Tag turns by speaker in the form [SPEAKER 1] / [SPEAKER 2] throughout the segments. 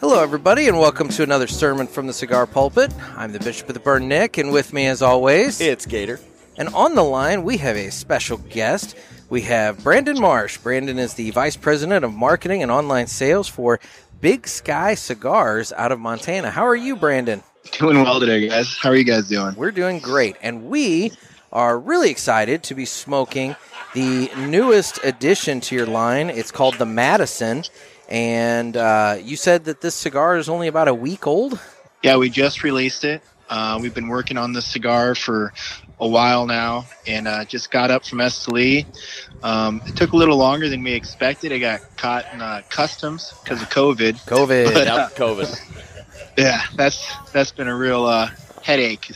[SPEAKER 1] Hello, everybody, and welcome to another sermon from the cigar pulpit. I'm the Bishop of the Burn, Nick, and with me, as always,
[SPEAKER 2] It's Gator.
[SPEAKER 1] and on the line, we have a special guest. We have Brandon Marsh. Brandon is the Vice President of Marketing and Online Sales for Big Sky Cigars out of Montana. How are you, Brandon?
[SPEAKER 3] Doing well today, guys. How are you guys doing?
[SPEAKER 1] We're doing great, and we are really excited to be smoking the newest addition to your line. It's called the Madison, and uh, you said that this cigar is only about a week old.
[SPEAKER 3] Yeah, we just released it. Uh, we've been working on this cigar for a while now, and uh, just got up from Esteli. Um, it took a little longer than we expected. It got caught in uh, customs because of COVID.
[SPEAKER 1] COVID.
[SPEAKER 3] But,
[SPEAKER 2] Now
[SPEAKER 3] uh,
[SPEAKER 2] COVID.
[SPEAKER 3] yeah, that's that's been a real uh, headache.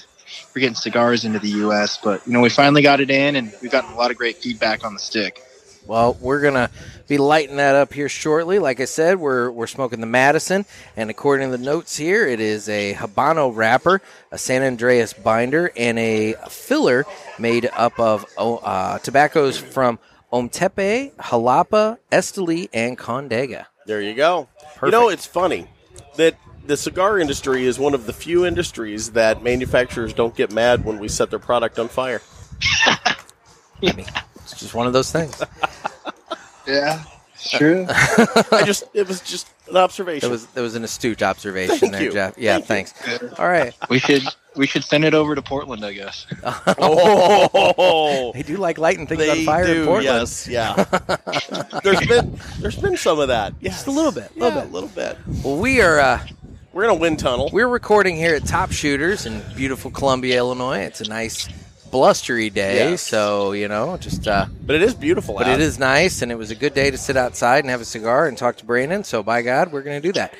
[SPEAKER 3] We're getting cigars into the U.S., but you know we finally got it in, and we've gotten a lot of great feedback on the stick.
[SPEAKER 1] Well, we're gonna be lighting that up here shortly. Like I said, we're we're smoking the Madison, and according to the notes here, it is a Habano wrapper, a San Andreas binder, and a filler made up of oh, uh, tobaccos from Omtepe, Jalapa, Esteli, and Condega.
[SPEAKER 2] There you go. You know, it's funny that the cigar industry is one of the few industries that manufacturers don't get mad when we set their product on fire.
[SPEAKER 1] I mean, it's just one of those things.
[SPEAKER 3] Yeah, true.
[SPEAKER 2] I just it was just an observation.
[SPEAKER 1] That was that was an astute observation
[SPEAKER 2] Thank
[SPEAKER 1] there,
[SPEAKER 2] you.
[SPEAKER 1] Jeff. Yeah,
[SPEAKER 2] Thank
[SPEAKER 1] thanks. All right,
[SPEAKER 3] we should we should send it over to Portland, I guess.
[SPEAKER 2] oh,
[SPEAKER 1] they do like lighting things
[SPEAKER 2] they
[SPEAKER 1] on fire in
[SPEAKER 2] do.
[SPEAKER 1] Portland.
[SPEAKER 2] Yes, yeah. there's been there's been some of that. Yes.
[SPEAKER 1] Just a little bit,
[SPEAKER 2] Yeah,
[SPEAKER 1] little bit.
[SPEAKER 2] little bit.
[SPEAKER 1] Well, we are. Uh,
[SPEAKER 2] We're in a wind tunnel.
[SPEAKER 1] We're recording here at Top Shooters in beautiful Columbia, Illinois. It's a nice blustery day,
[SPEAKER 2] Yes.
[SPEAKER 1] so you know, just uh,
[SPEAKER 2] but it is beautiful
[SPEAKER 1] but
[SPEAKER 2] out.
[SPEAKER 1] it is nice, and it was a good day to sit outside and have a cigar and talk to Brandon. So by God, we're going to do that.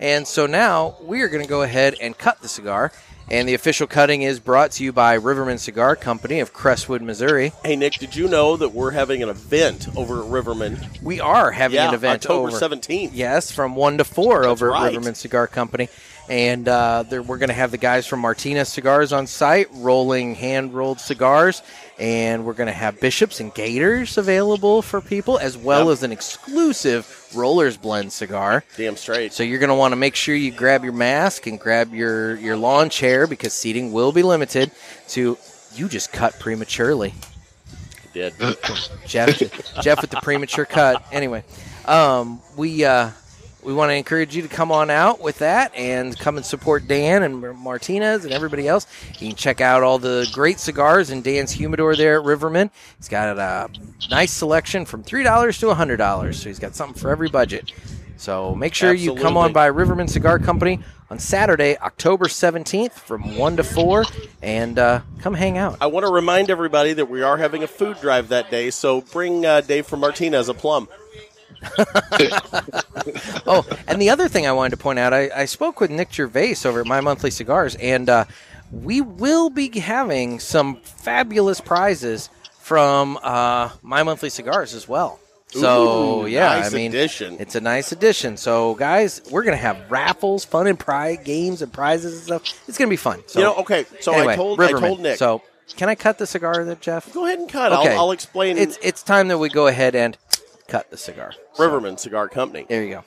[SPEAKER 1] And so now we are going to go ahead and cut the cigar. And the official cutting is brought to you by Riverman Cigar Company of Crestwood, Missouri.
[SPEAKER 2] Hey Nick, did you know that we're having an event over at Riverman?
[SPEAKER 1] We are having
[SPEAKER 2] yeah,
[SPEAKER 1] an event
[SPEAKER 2] October
[SPEAKER 1] over.
[SPEAKER 2] 17th.
[SPEAKER 1] Yes, from one to four over at
[SPEAKER 2] right.
[SPEAKER 1] Riverman Cigar Company, and uh, there, we're going to have the guys from Martinez Cigars on site rolling hand rolled cigars, and we're going to have Bishops and Gators available for people, as well
[SPEAKER 2] Yep.
[SPEAKER 1] as an exclusive Rollers Blend cigar.
[SPEAKER 2] Damn straight.
[SPEAKER 1] So you're going to want to make sure you grab your mask and grab your your lawn chair because seating will be limited to. You just cut prematurely.
[SPEAKER 2] did.
[SPEAKER 1] Jeff, Jeff with the premature cut. Anyway, um, we uh, we want to encourage you to come on out with that and come and support Dan and Mar- Martinez and everybody else. You can check out all the great cigars in Dan's humidor there at Riverman. He's got a nice selection from three dollars to hundred dollars, so he's got something for every budget. So make sure you come on
[SPEAKER 2] Absolutely.
[SPEAKER 1] by Riverman Cigar Company on Saturday, October seventeenth, from one to four, and uh, come hang out.
[SPEAKER 2] I want to remind everybody that we are having a food drive that day, so bring uh, Dave from Martinez a plum.
[SPEAKER 1] oh, and the other thing I wanted to point out, I, I spoke with Nick Gervais over at My Monthly Cigars, and uh, we will be having some fabulous prizes from uh, My Monthly Cigars as well. So
[SPEAKER 2] Ooh,
[SPEAKER 1] yeah,
[SPEAKER 2] nice
[SPEAKER 1] I mean,
[SPEAKER 2] addition.
[SPEAKER 1] it's a nice addition. So guys, we're gonna have raffles, fun and prize games and prizes and stuff. It's gonna be fun. So
[SPEAKER 2] you know, okay. So
[SPEAKER 1] anyway,
[SPEAKER 2] I told
[SPEAKER 1] Riverman.
[SPEAKER 2] I told Nick.
[SPEAKER 1] So can I cut the cigar, there, Jeff?
[SPEAKER 2] go ahead and cut.
[SPEAKER 1] Okay.
[SPEAKER 2] I'll, I'll explain.
[SPEAKER 1] It's it's time that we go ahead and cut the cigar.
[SPEAKER 2] Riverman Cigar Company,
[SPEAKER 1] There you go.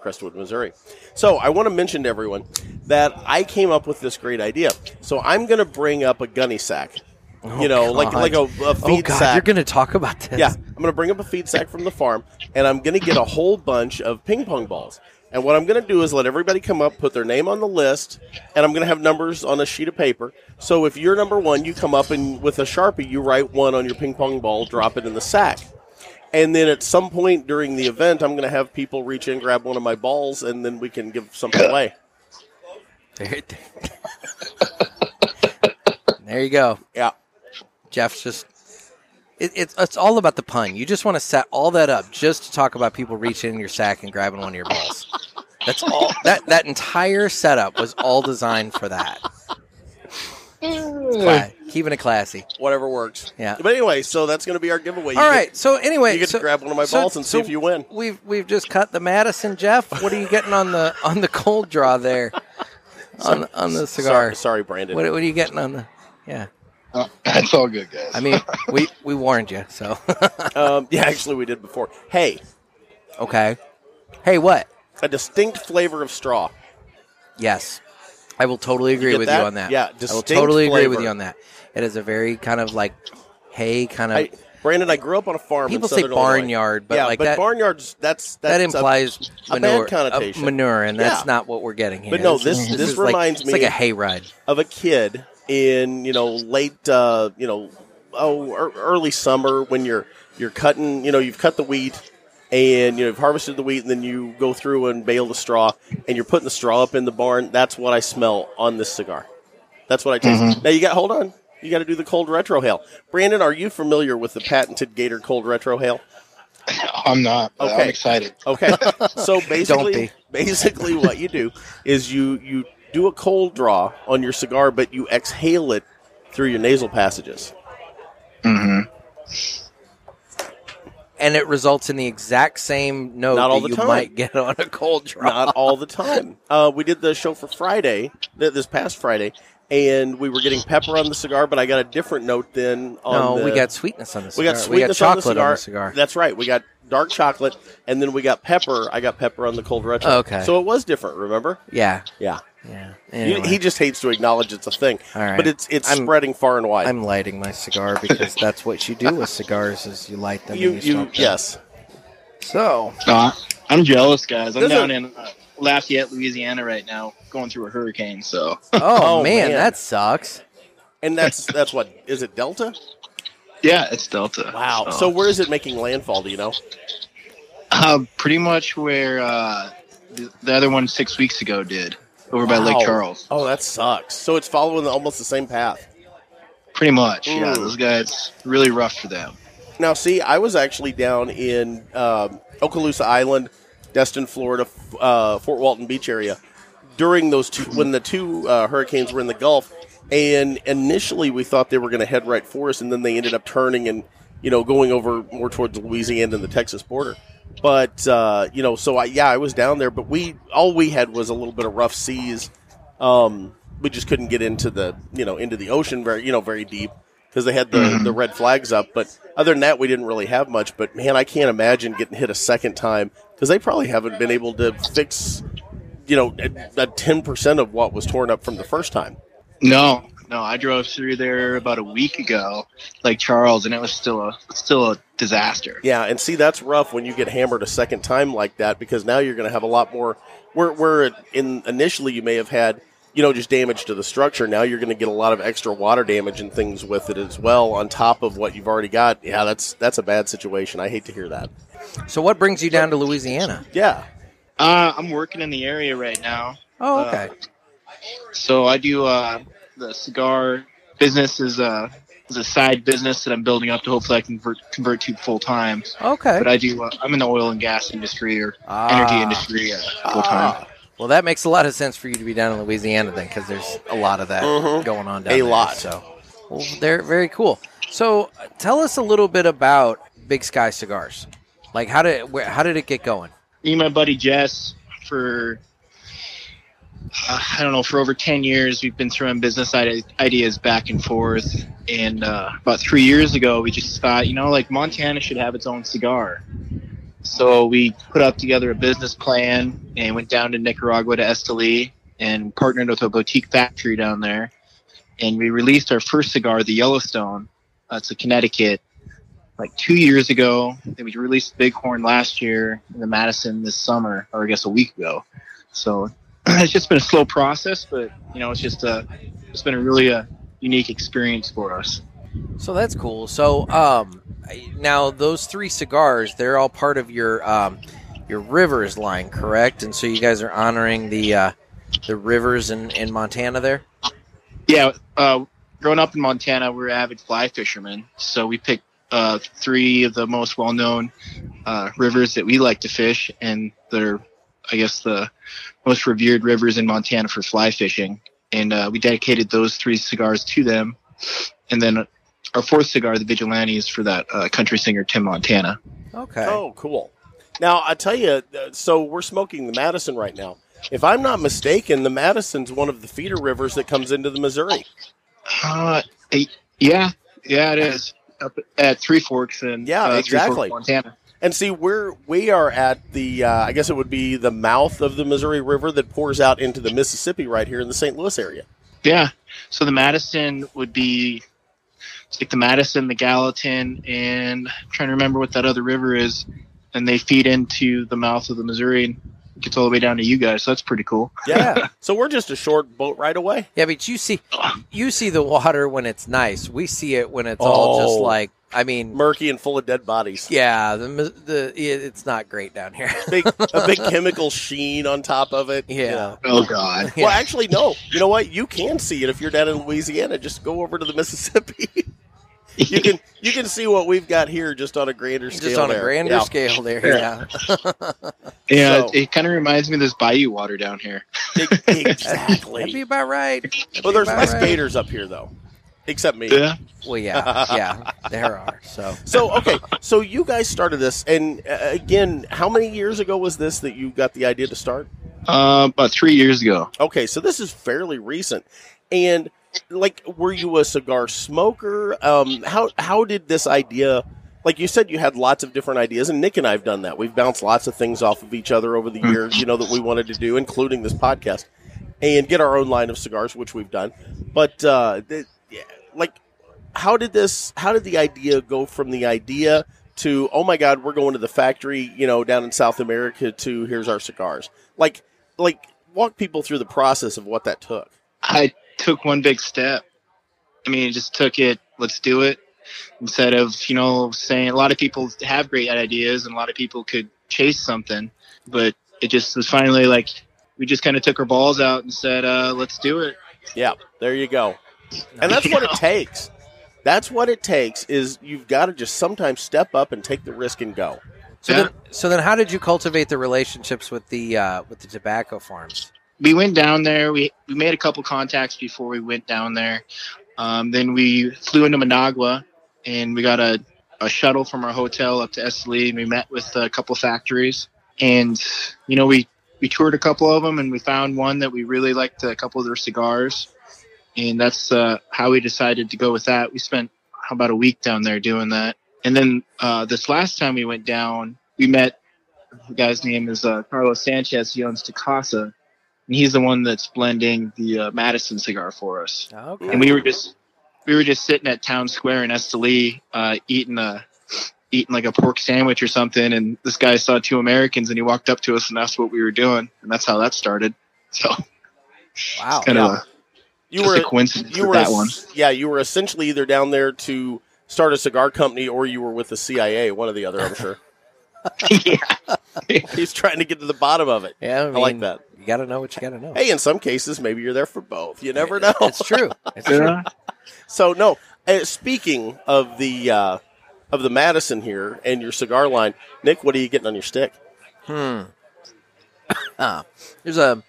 [SPEAKER 2] Crestwood, Missouri. So I want to mention to everyone that I came up with this great idea. So I'm going to bring up a gunny sack. you know, like
[SPEAKER 1] Oh, God.
[SPEAKER 2] like a, a feed
[SPEAKER 1] Oh God,
[SPEAKER 2] sack.
[SPEAKER 1] you're gonna talk about this?
[SPEAKER 2] Yeah, I'm going to bring up a feed sack from the farm, and I'm going to get a whole bunch of ping pong balls. And what I'm going to do is let everybody come up, put their name on the list, and I'm going to have numbers on a sheet of paper. So if you're number one, you come up and with a sharpie, you write one on your ping pong ball, drop it in the sack. And then at some point during the event, I'm going to have people reach in, grab one of my balls, and then we can give something away.
[SPEAKER 1] There, there you go.
[SPEAKER 2] Yeah.
[SPEAKER 1] Jeff's just. It, it's it's all about the pun. You just want to set all that up just to talk about people reaching in your sack and grabbing one of your balls. That's all. That that entire setup was all designed for that. Cla- keeping it classy.
[SPEAKER 2] Whatever works.
[SPEAKER 1] Yeah.
[SPEAKER 2] But anyway, so that's going to be our giveaway. You
[SPEAKER 1] All
[SPEAKER 2] get-
[SPEAKER 1] right. So anyway,
[SPEAKER 2] you get to
[SPEAKER 1] so-
[SPEAKER 2] grab one of my
[SPEAKER 1] so-
[SPEAKER 2] balls and see
[SPEAKER 1] so
[SPEAKER 2] if you win.
[SPEAKER 1] We've we've just cut the Madison, Jeff. What are you getting on the on the cold draw there? On on the cigar.
[SPEAKER 2] Sorry, sorry, Brandon.
[SPEAKER 1] What, what are you getting on the? Yeah.
[SPEAKER 3] Uh, that's all good, guys.
[SPEAKER 1] I mean, we we warned you, so
[SPEAKER 2] Um, yeah, actually, we did before. Hey,
[SPEAKER 1] okay. Hey, what?
[SPEAKER 2] a distinct flavor of straw.
[SPEAKER 1] Yes. I will totally agree
[SPEAKER 2] get
[SPEAKER 1] with
[SPEAKER 2] that?
[SPEAKER 1] you on that.
[SPEAKER 2] Yeah,
[SPEAKER 1] I will
[SPEAKER 2] distinct
[SPEAKER 1] totally agree with
[SPEAKER 2] flavor.
[SPEAKER 1] you on that. It is a very kind of like hay kind of
[SPEAKER 2] I, Brandon, I grew up on a farm. in
[SPEAKER 1] People say
[SPEAKER 2] Southern Illinois.
[SPEAKER 1] barnyard, but
[SPEAKER 2] yeah,
[SPEAKER 1] like
[SPEAKER 2] but
[SPEAKER 1] that-
[SPEAKER 2] barnyards that's, that's
[SPEAKER 1] that
[SPEAKER 2] a-
[SPEAKER 1] implies
[SPEAKER 2] a bad
[SPEAKER 1] manure,
[SPEAKER 2] connotation.
[SPEAKER 1] manure, and that's
[SPEAKER 2] Yeah.
[SPEAKER 1] not what we're getting here.
[SPEAKER 2] But no, this- this
[SPEAKER 1] is like-
[SPEAKER 2] reminds
[SPEAKER 1] it's
[SPEAKER 2] me-
[SPEAKER 1] like a hayride.
[SPEAKER 2] of a kid in you know late uh, you know oh ear- early summer when you're you're cutting you know you've cut the wheat and you know, you've harvested the wheat and then you go through and bale the straw and you're putting the straw up in the barn. That's what I smell on this cigar. That's what I taste. Now you got hold on. You got to do the cold retrohale. Brandon, are you familiar with the patented Gator cold retrohale?
[SPEAKER 3] I'm not. but
[SPEAKER 2] Okay.
[SPEAKER 3] I'm excited.
[SPEAKER 2] Okay. So basically
[SPEAKER 1] be.
[SPEAKER 2] basically what you do is you you do a cold draw on your cigar but you exhale it through your nasal passages.
[SPEAKER 3] Mm-hmm.
[SPEAKER 1] and it results in the exact same note
[SPEAKER 2] Not all
[SPEAKER 1] that
[SPEAKER 2] the
[SPEAKER 1] you
[SPEAKER 2] time.
[SPEAKER 1] might get on a cold draw.
[SPEAKER 2] Not all the time. Uh, we did the show for Friday, th- this past Friday, and we were getting pepper on the cigar, but I got a different note than on
[SPEAKER 1] no,
[SPEAKER 2] the,
[SPEAKER 1] we got sweetness on the
[SPEAKER 2] we
[SPEAKER 1] cigar.
[SPEAKER 2] got sweetness on the
[SPEAKER 1] chocolate
[SPEAKER 2] cigar.
[SPEAKER 1] on the cigar.
[SPEAKER 2] That's right. We got dark chocolate and then we got pepper. I got pepper on the cold retro.
[SPEAKER 1] Okay.
[SPEAKER 2] So it was different, remember?
[SPEAKER 1] yeah,
[SPEAKER 2] Yeah.
[SPEAKER 1] yeah.
[SPEAKER 2] You-
[SPEAKER 1] Anyway,
[SPEAKER 2] He just hates to acknowledge it's a thing.
[SPEAKER 1] All right.
[SPEAKER 2] But it's it's
[SPEAKER 1] I'm-
[SPEAKER 2] spreading far and wide.
[SPEAKER 1] I'm lighting my cigar because that's what you do with cigars: is you light them.
[SPEAKER 2] you,
[SPEAKER 1] and
[SPEAKER 2] you
[SPEAKER 1] smoke them.
[SPEAKER 2] yes.
[SPEAKER 1] So
[SPEAKER 3] No, I- I'm jealous, guys. I'm
[SPEAKER 2] This is-
[SPEAKER 3] down in uh, Lafayette, Louisiana right now, going through a hurricane. So
[SPEAKER 1] Oh,
[SPEAKER 2] Oh,
[SPEAKER 1] man,
[SPEAKER 2] man.
[SPEAKER 1] that sucks.
[SPEAKER 2] And that's that's what is it Delta?
[SPEAKER 3] yeah, it's Delta.
[SPEAKER 2] Wow. So where is it making landfall? Do you know?
[SPEAKER 3] Uh, pretty much where uh, the, the other one six weeks ago did, over by Lake
[SPEAKER 2] Wow.
[SPEAKER 3] Charles.
[SPEAKER 2] Oh, that sucks. So it's following almost the same path.
[SPEAKER 3] Pretty much, yeah.
[SPEAKER 2] Ooh.
[SPEAKER 3] Those guys really rough for them.
[SPEAKER 2] Now, see, I was actually down in um, Okaloosa Island, Destin, Florida, f- uh, Fort Walton Beach area during those two when the two uh, hurricanes were in the Gulf. And initially, we thought they were going to head right for us, and then they ended up turning and you know going over more towards Louisiana and the Texas border. But uh, you know, so I yeah, I was down there, but we all we had was a little bit of rough seas. Um, we just couldn't get into the you know into the ocean very you know very deep because they had the, the red flags up. But other than that, we didn't really have much. But man, I can't imagine getting hit a second time because they probably haven't been able to fix you know that ten percent of what was torn up from the first time.
[SPEAKER 3] No, no. I drove through there about a week ago, Lake Charles, and it was still a still a disaster.
[SPEAKER 2] Yeah, and see that's rough when you get hammered a second time like that because now you're going to have a lot more. Where where in initially you may have had you know just damage to the structure, now you're going to get a lot of extra water damage and things with it as well on top of what you've already got. Yeah, that's that's a bad situation. I hate to hear that.
[SPEAKER 1] So what brings you down to Louisiana?
[SPEAKER 2] Yeah,
[SPEAKER 3] Uh, I'm working in the area right now,
[SPEAKER 1] Oh,
[SPEAKER 3] Uh,
[SPEAKER 1] okay.
[SPEAKER 3] so I do uh, the cigar business is a is a side business that I'm building up to hopefully I can convert, convert to full time.
[SPEAKER 1] okay.
[SPEAKER 3] But I do. Uh, I'm in the oil and gas industry or energy
[SPEAKER 1] Ah.
[SPEAKER 3] industry uh, full time.
[SPEAKER 1] Well, that makes a lot of sense for you to be down in Louisiana then, because there's a lot of that
[SPEAKER 2] Mhm.
[SPEAKER 1] going on down
[SPEAKER 2] A
[SPEAKER 1] there.
[SPEAKER 2] lot.
[SPEAKER 1] So, well, they're very cool. So, uh, tell us a little bit about Big Sky Cigars. Like, how did where, how did it get going?
[SPEAKER 3] me and my buddy Jess for uh, I don't know for over ten years we've been throwing business ide- ideas back and forth, and uh, about three years ago we just thought you know like Montana should have its own cigar, so we put up together a business plan and went down to Nicaragua to Esteli and partnered with a boutique factory down there, and we released our first cigar, the Yellowstone. Uh, it's a Connecticut like two years ago. Then we released Bighorn last year in the Madison this summer, or I guess a week ago. So it's just been a slow process, but you know, it's just a, it's been a really a unique experience for us.
[SPEAKER 1] So that's cool. So, um, now those three cigars, they're all part of your um, your Rivers line, correct? And so you guys are honoring the uh, the rivers in, in Montana there.
[SPEAKER 3] Yeah, uh, growing up in Montana, we were avid fly fishermen, so we picked uh, three of the most well-known uh, rivers that we like to fish, and they're, I guess, the most revered rivers in Montana for fly fishing. And uh, we dedicated those three cigars to them, and then our fourth cigar, the Vigilante, is for that uh, country singer Tim Montana.
[SPEAKER 1] Okay.
[SPEAKER 2] Oh, cool. Now I tell you, uh, so we're smoking the Madison right now. If I'm not mistaken, the Madison's one of the feeder rivers that comes into the Missouri.
[SPEAKER 3] Uh, eh, yeah, yeah, it is up at Three Forks and
[SPEAKER 2] Yeah,
[SPEAKER 3] uh, Three Forks,
[SPEAKER 2] exactly.
[SPEAKER 3] Montana.
[SPEAKER 2] And see, we're we are at the uh, I guess it would be the mouth of the Missouri River that pours out into the Mississippi right here in the St. Louis area.
[SPEAKER 3] Yeah. So the Madison would be it's like the Madison, the Gallatin, and I'm trying to remember what that other river is, and they feed into the mouth of the Missouri and gets all the way down to you guys. So that's pretty cool.
[SPEAKER 1] Yeah.
[SPEAKER 2] So we're just a short boat right away.
[SPEAKER 1] Yeah, but you see, you see the water when it's nice. We see it when it's all just
[SPEAKER 2] Oh.
[SPEAKER 1] like, I mean,
[SPEAKER 2] Murky and full of dead bodies.
[SPEAKER 1] yeah, the the it- it's not great down here.
[SPEAKER 2] Big, a big chemical sheen on top of it.
[SPEAKER 1] Yeah.
[SPEAKER 3] Oh God.
[SPEAKER 1] Yeah.
[SPEAKER 2] Well, actually, no. You know what? You can see it if you're down in Louisiana. Just go over to the Mississippi. you can you can see what we've got here just on a grander scale.
[SPEAKER 1] Just on a
[SPEAKER 2] there.
[SPEAKER 1] grander
[SPEAKER 2] Yeah.
[SPEAKER 1] scale there. Yeah.
[SPEAKER 3] Yeah. Yeah,
[SPEAKER 2] So-
[SPEAKER 3] it, it kind of reminds me of this bayou water down here.
[SPEAKER 2] E-
[SPEAKER 1] That'd be
[SPEAKER 2] Exactly.
[SPEAKER 1] about right. That'd
[SPEAKER 2] well,
[SPEAKER 1] be
[SPEAKER 2] there's
[SPEAKER 1] about
[SPEAKER 2] less
[SPEAKER 1] right.
[SPEAKER 2] gators up here though, except me.
[SPEAKER 3] Yeah.
[SPEAKER 1] Well, yeah, yeah, there are. So
[SPEAKER 2] So okay, so you guys started this, and uh, again, how many years ago was this that you got the idea to start?
[SPEAKER 3] Uh, about three years ago.
[SPEAKER 2] Okay, so this is fairly recent, and like, were you a cigar smoker? Um, how how did this idea? Like you said, you had lots of different ideas, and Nick and I have done that. We've bounced lots of things off of each other over the years, you know, that we wanted to do, including this podcast, and get our own line of cigars, which we've done. But uh, th- yeah, like, how did this? How did the idea go from the idea to oh my god, we're going to the factory, you know, down in South America to here's our cigars? Like, like walk people through the process of what that took.
[SPEAKER 3] I took one big step. I mean, it just took it. Let's do it. Instead of you know saying a lot of people have great ideas and a lot of people could chase something, but it just was finally like we just kind of took our balls out and said, uh, "Let's do it."
[SPEAKER 2] Yeah, there you go. And that's what it takes. That's what it takes is you've got to just sometimes step up and take the risk and go.
[SPEAKER 1] so
[SPEAKER 3] Yeah.
[SPEAKER 1] then, so then, how did you cultivate the relationships with the uh, with the tobacco farms?
[SPEAKER 3] we went down there. We we made a couple contacts before we went down there. Um, then we flew into Managua, and we got a, a shuttle from our hotel up to Esteli, and we met with a couple factories. And you know, we we toured a couple of them, and we found one that we really liked a couple of their cigars, and that's uh, how we decided to go with that. We spent how about a week down there doing that, and then uh, this last time we went down, we met. The guy's name is uh, Carlos Sanchez. He owns Tacasa, and he's the one that's blending the uh, Madison cigar for us.
[SPEAKER 1] Okay.
[SPEAKER 3] And we were just we were just sitting at Town Square in Esteli, uh, eating a eating like a pork sandwich or something. And this guy saw two Americans, and he walked up to us and asked what we were doing, and that's how that started. So
[SPEAKER 1] wow.
[SPEAKER 3] kind of
[SPEAKER 2] You
[SPEAKER 3] just
[SPEAKER 2] were
[SPEAKER 3] a coincidence
[SPEAKER 2] you
[SPEAKER 3] with
[SPEAKER 2] were
[SPEAKER 3] that
[SPEAKER 2] es-
[SPEAKER 3] one.
[SPEAKER 2] Yeah, you were essentially either down there to start a cigar company or you were with the CIA, one or the other, I'm sure.
[SPEAKER 3] yeah,
[SPEAKER 2] He's trying to get to the bottom of it.
[SPEAKER 1] Yeah, I,
[SPEAKER 2] I like
[SPEAKER 1] mean,
[SPEAKER 2] that.
[SPEAKER 1] You got to know what you got to know.
[SPEAKER 2] Hey, in some cases maybe you're there for both. You never know.
[SPEAKER 1] It's true. It's true.
[SPEAKER 3] yeah.
[SPEAKER 2] So no. Uh, speaking of the uh, of the Madison here and your cigar line, Nick, what are you getting on your stick?
[SPEAKER 1] Hmm. Ah, there's a.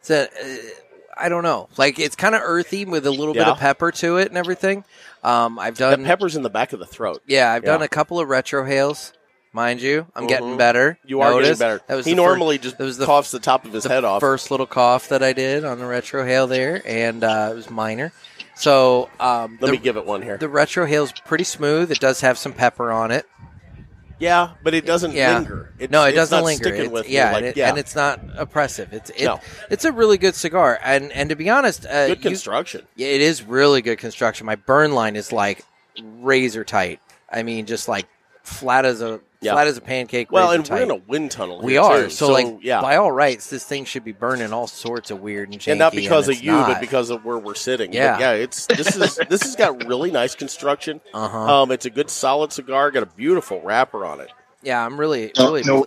[SPEAKER 1] It's a. Uh, I don't know. Like it's kind of earthy with a little bit
[SPEAKER 2] Yeah.
[SPEAKER 1] of pepper to it and everything. Um, I've done.
[SPEAKER 2] The pepper's in the back of the throat.
[SPEAKER 1] yeah, I've done
[SPEAKER 2] Yeah.
[SPEAKER 1] a couple of retro hails. Mind you, I'm getting
[SPEAKER 2] Mhm.
[SPEAKER 1] better.
[SPEAKER 2] You are
[SPEAKER 1] Notice?
[SPEAKER 2] getting better.
[SPEAKER 1] That was
[SPEAKER 2] he
[SPEAKER 1] the first-
[SPEAKER 2] normally just
[SPEAKER 1] that was the-
[SPEAKER 2] coughs the top of his
[SPEAKER 1] the
[SPEAKER 2] head off.
[SPEAKER 1] First little cough that I did on the retro hail there, and uh, it was minor. So um,
[SPEAKER 2] Let
[SPEAKER 1] the,
[SPEAKER 2] me give it one here.
[SPEAKER 1] the retro hail's pretty smooth. It does have some pepper on it.
[SPEAKER 2] yeah, but it doesn't
[SPEAKER 1] Yeah.
[SPEAKER 2] linger. It's,
[SPEAKER 1] no, it
[SPEAKER 2] it's
[SPEAKER 1] doesn't
[SPEAKER 2] not
[SPEAKER 1] linger.
[SPEAKER 2] Sticking
[SPEAKER 1] It's-
[SPEAKER 2] with you,
[SPEAKER 1] yeah,
[SPEAKER 2] like,
[SPEAKER 1] and it,
[SPEAKER 2] yeah.
[SPEAKER 1] and it's not oppressive. It's it,
[SPEAKER 2] No.
[SPEAKER 1] it's a really good cigar, and and to be honest, uh,
[SPEAKER 2] good
[SPEAKER 1] you-
[SPEAKER 2] construction.
[SPEAKER 1] yeah, it is really good construction. My burn line is like razor tight. I mean, just like flat as a
[SPEAKER 2] Yeah.
[SPEAKER 1] flat as a pancake.
[SPEAKER 2] Well,
[SPEAKER 1] razor
[SPEAKER 2] and we're
[SPEAKER 1] tight.
[SPEAKER 2] in a wind tunnel.
[SPEAKER 1] we
[SPEAKER 2] here,
[SPEAKER 1] are
[SPEAKER 2] too.
[SPEAKER 1] so, like
[SPEAKER 2] yeah,
[SPEAKER 1] by all rights, this thing should be burning all sorts of weird and janky,
[SPEAKER 2] and not because of
[SPEAKER 1] it's
[SPEAKER 2] you, but
[SPEAKER 1] not.
[SPEAKER 2] because of where we're sitting. But
[SPEAKER 1] Yeah.
[SPEAKER 2] yeah. It's this is this has got really nice construction.
[SPEAKER 1] uh-huh.
[SPEAKER 2] Um, it's a good solid cigar. Got a beautiful wrapper on it.
[SPEAKER 1] Yeah, I'm really,
[SPEAKER 3] No,
[SPEAKER 1] really,
[SPEAKER 3] no,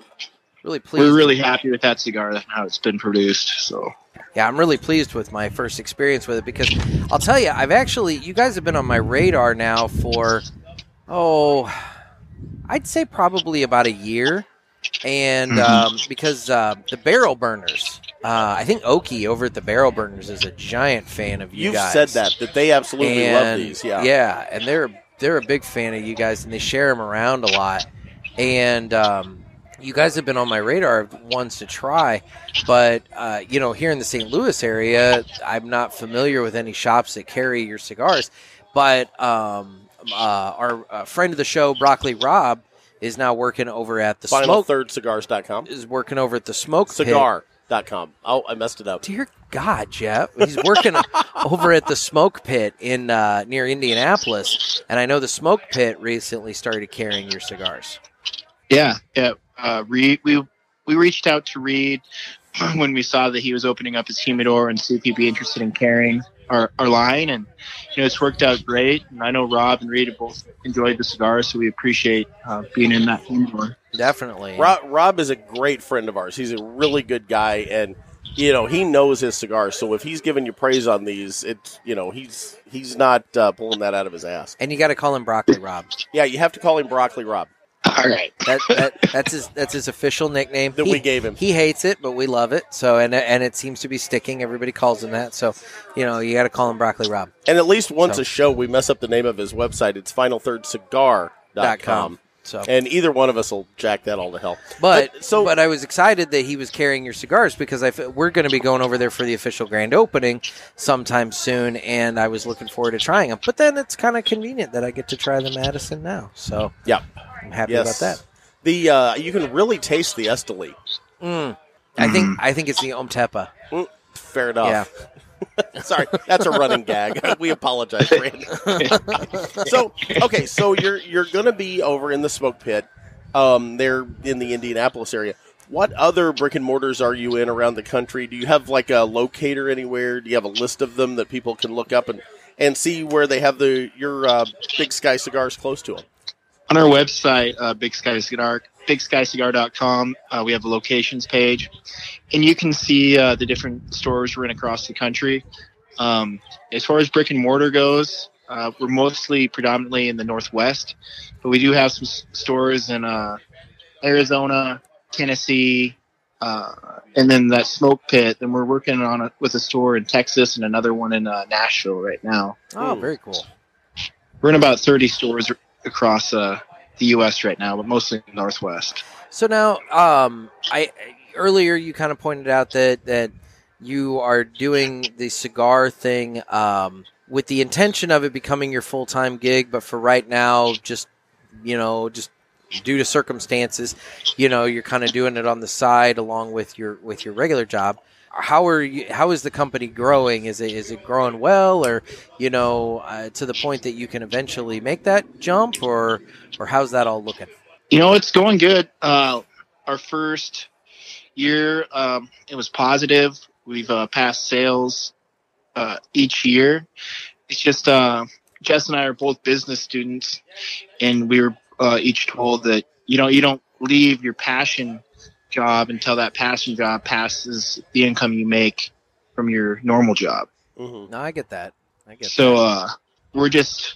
[SPEAKER 1] really pleased.
[SPEAKER 3] we're really happy with that cigar and how it's been produced. So
[SPEAKER 1] yeah, I'm really pleased with my first experience with it because I'll tell you, I've actually, you guys have been on my radar now for, oh, I'd say probably about a year. And
[SPEAKER 2] Mm-hmm.
[SPEAKER 1] um, because uh, the barrel burners, uh, I think Oki over at the barrel burners is a giant fan of you
[SPEAKER 2] You've
[SPEAKER 1] guys.
[SPEAKER 2] said that that they absolutely love
[SPEAKER 1] And-
[SPEAKER 2] these. Yeah,
[SPEAKER 1] yeah, and they're they're a big fan of you guys, and they share them around a lot. And um, you guys have been on my radar of ones to try, but uh, you know, here in the St. Louis area, I'm not familiar with any shops that carry your cigars. But um, uh, our uh, friend of the show, Broccoli Rob, is now working over at the
[SPEAKER 2] Final
[SPEAKER 1] smoke.
[SPEAKER 2] third cigars.com.
[SPEAKER 1] is working over at the smoke pit.
[SPEAKER 2] Cigar.com. Oh, I messed it up.
[SPEAKER 1] Dear God, Jeff, he's working over at the smoke pit in uh, near Indianapolis, and I know the smoke pit recently started carrying your cigars.
[SPEAKER 3] Yeah, yeah. Uh, Reed, we we reached out to Reed when we saw that he was opening up his humidor and see if he'd be interested in carrying our, our line, and you know it's worked out great. And I know Rob and Reed have both enjoyed the cigar, so we appreciate uh, being in that humidor.
[SPEAKER 1] Definitely.
[SPEAKER 2] Rob, Rob is a great friend of ours. He's a really good guy, and you know he knows his cigars. So if he's giving you praise on these, it's you know he's he's not uh, pulling that out of his ass.
[SPEAKER 1] And you got to call him Broccoli Rob.
[SPEAKER 2] Yeah, you have to call him Broccoli Rob.
[SPEAKER 3] All right,
[SPEAKER 1] That, that that's his that's his official nickname
[SPEAKER 2] That
[SPEAKER 1] He-
[SPEAKER 2] we gave him.
[SPEAKER 1] He hates it, but we love it. So and and it seems to be sticking. Everybody calls him that. So you know you got to call him Broccoli Rob.
[SPEAKER 2] And at least once
[SPEAKER 1] So-
[SPEAKER 2] a show, we mess up the name of his website. It's finalthirdcigar.com.
[SPEAKER 1] So,
[SPEAKER 2] And either one of us will jack that all to hell.
[SPEAKER 1] but
[SPEAKER 2] but- so-
[SPEAKER 1] so but I was excited that he was carrying your cigars because I f- we're going to be going over there for the official grand opening sometime soon, and I was looking forward to trying them. But then it's kind of convenient that I get to try the Madison now. So
[SPEAKER 2] Yeah.
[SPEAKER 1] I'm happy
[SPEAKER 2] Yes.
[SPEAKER 1] about that.
[SPEAKER 2] The uh, you can really taste the Esteli.
[SPEAKER 1] Mm. I think I think it's the Omtepa.
[SPEAKER 2] Fair enough. Sorry, that's a running gag. We apologize, Brandon. so okay, so you're you're gonna be over in the smoke pit. Um, there in the Indianapolis area. What other brick and mortars are you in around the country? Do you have like a locator anywhere? Do you have a list of them that people can look up and and see where they have the your uh, Big Sky cigars close to them?
[SPEAKER 3] on our website, uh, Big Sky Cigar, BigSkyCigar.com, uh, we have a locations page, and you can see uh, the different stores we're in across the country. Um, as far as brick and mortar goes, uh, we're mostly predominantly in the Northwest, but we do have some s- stores in uh, Arizona, Tennessee, uh, and then that smoke pit. And we're working on a, with a store in Texas and another one in uh, Nashville right now.
[SPEAKER 1] Oh,
[SPEAKER 2] Ooh.
[SPEAKER 1] very cool.
[SPEAKER 3] We're in about 30 stores r- across uh, the U.S. right now, but mostly in the Northwest.
[SPEAKER 1] So now, um, I earlier you kind of pointed out that that you are doing the cigar thing um, with the intention of it becoming your full time gig, but for right now, just you know, just due to circumstances, you know, you're kind of doing it on the side along with your with your regular job. How are you? How is the company growing? Is it is it growing well, or you know, uh, to the point that you can eventually make that jump, or or how's that all looking?
[SPEAKER 3] You know, it's going good. Uh, our first year, um, it was positive. We've uh, passed sales uh, each year. It's just uh, Jess and I are both business students, and we were uh, each told that you know you don't leave your passion job until that passion job passes the income you make from your normal job.
[SPEAKER 2] Mm-hmm.
[SPEAKER 1] No, I get that. I get
[SPEAKER 3] So uh, we're just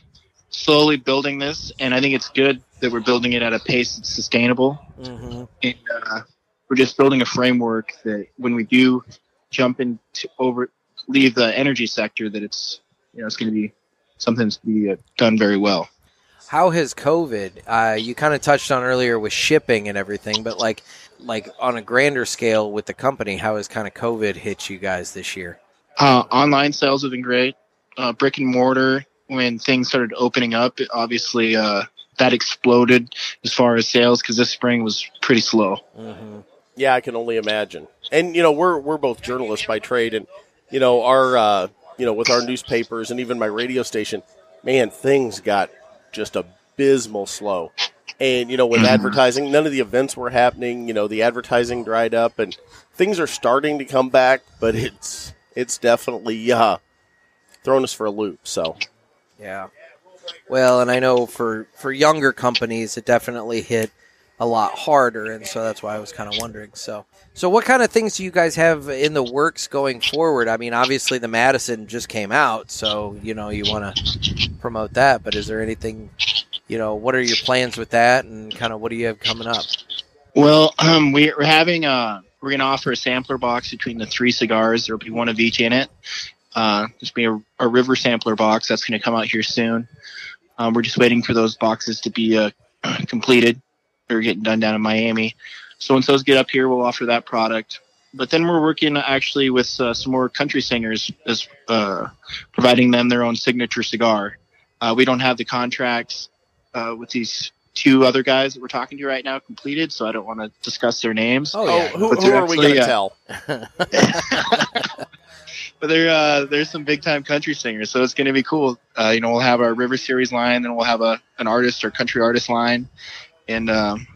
[SPEAKER 3] slowly building this, and I think it's good that we're building it at a pace that's sustainable.
[SPEAKER 1] that. hmm
[SPEAKER 3] And uh, we're just building a framework that when we do jump into over leave the energy sector, that it's you know it's going to be something that's going to be uh, done very well.
[SPEAKER 1] How has COVID? Uh, you kind of touched on earlier with shipping and everything, but like, like on a grander scale with the company, how has kind of COVID hit you guys this year?
[SPEAKER 3] Uh, online sales have been great. Uh, brick and mortar, when things started opening up, it obviously uh, that exploded as far as sales because this spring was pretty slow.
[SPEAKER 1] Mm-hmm.
[SPEAKER 2] Yeah, I can only imagine. And you know, we're we're both journalists by trade, and you know, our uh, you know, with our newspapers and even my radio station, man, things got just abysmal slow. And you know, with
[SPEAKER 3] Mhm.
[SPEAKER 2] advertising, none of the events were happening. You know, the advertising dried up, and things are starting to come back, but it's it's definitely uh, thrown us for a loop. So
[SPEAKER 1] Yeah. Well, and I know for for younger companies, it definitely hit a lot harder, and so that's why I was kind of wondering. So, so what kind of things do you guys have in the works going forward? I mean, obviously the Madison just came out, so you know you want to promote that. But is there anything, you know, what are your plans with that, and kind of what do you have coming up?
[SPEAKER 3] Well, um, we, we're having uh, we're gonna offer a sampler box between the three cigars. There'll be one of each in it. Uh, there's be a, a river sampler box that's gonna come out here soon. Um, we're just waiting for those boxes to be uh, completed. They're getting done down in Miami. So once those get up here, we'll offer that product. But then we're working actually with uh, some more country singers, as uh, providing them their own signature cigar. Uh, we don't have the contracts uh, with these two other guys that we're talking to right now completed, so I don't want to discuss their names.
[SPEAKER 1] Oh,
[SPEAKER 2] Oh,
[SPEAKER 1] yeah.
[SPEAKER 2] who,
[SPEAKER 3] But
[SPEAKER 2] who
[SPEAKER 3] they're
[SPEAKER 2] are we going to
[SPEAKER 3] actually, uh,
[SPEAKER 2] tell?
[SPEAKER 3] but they're uh, they're some big time country singers, so it's going to be cool. Uh, you know, we'll have our River Series line, then we'll have a an artist or country artist line, and um,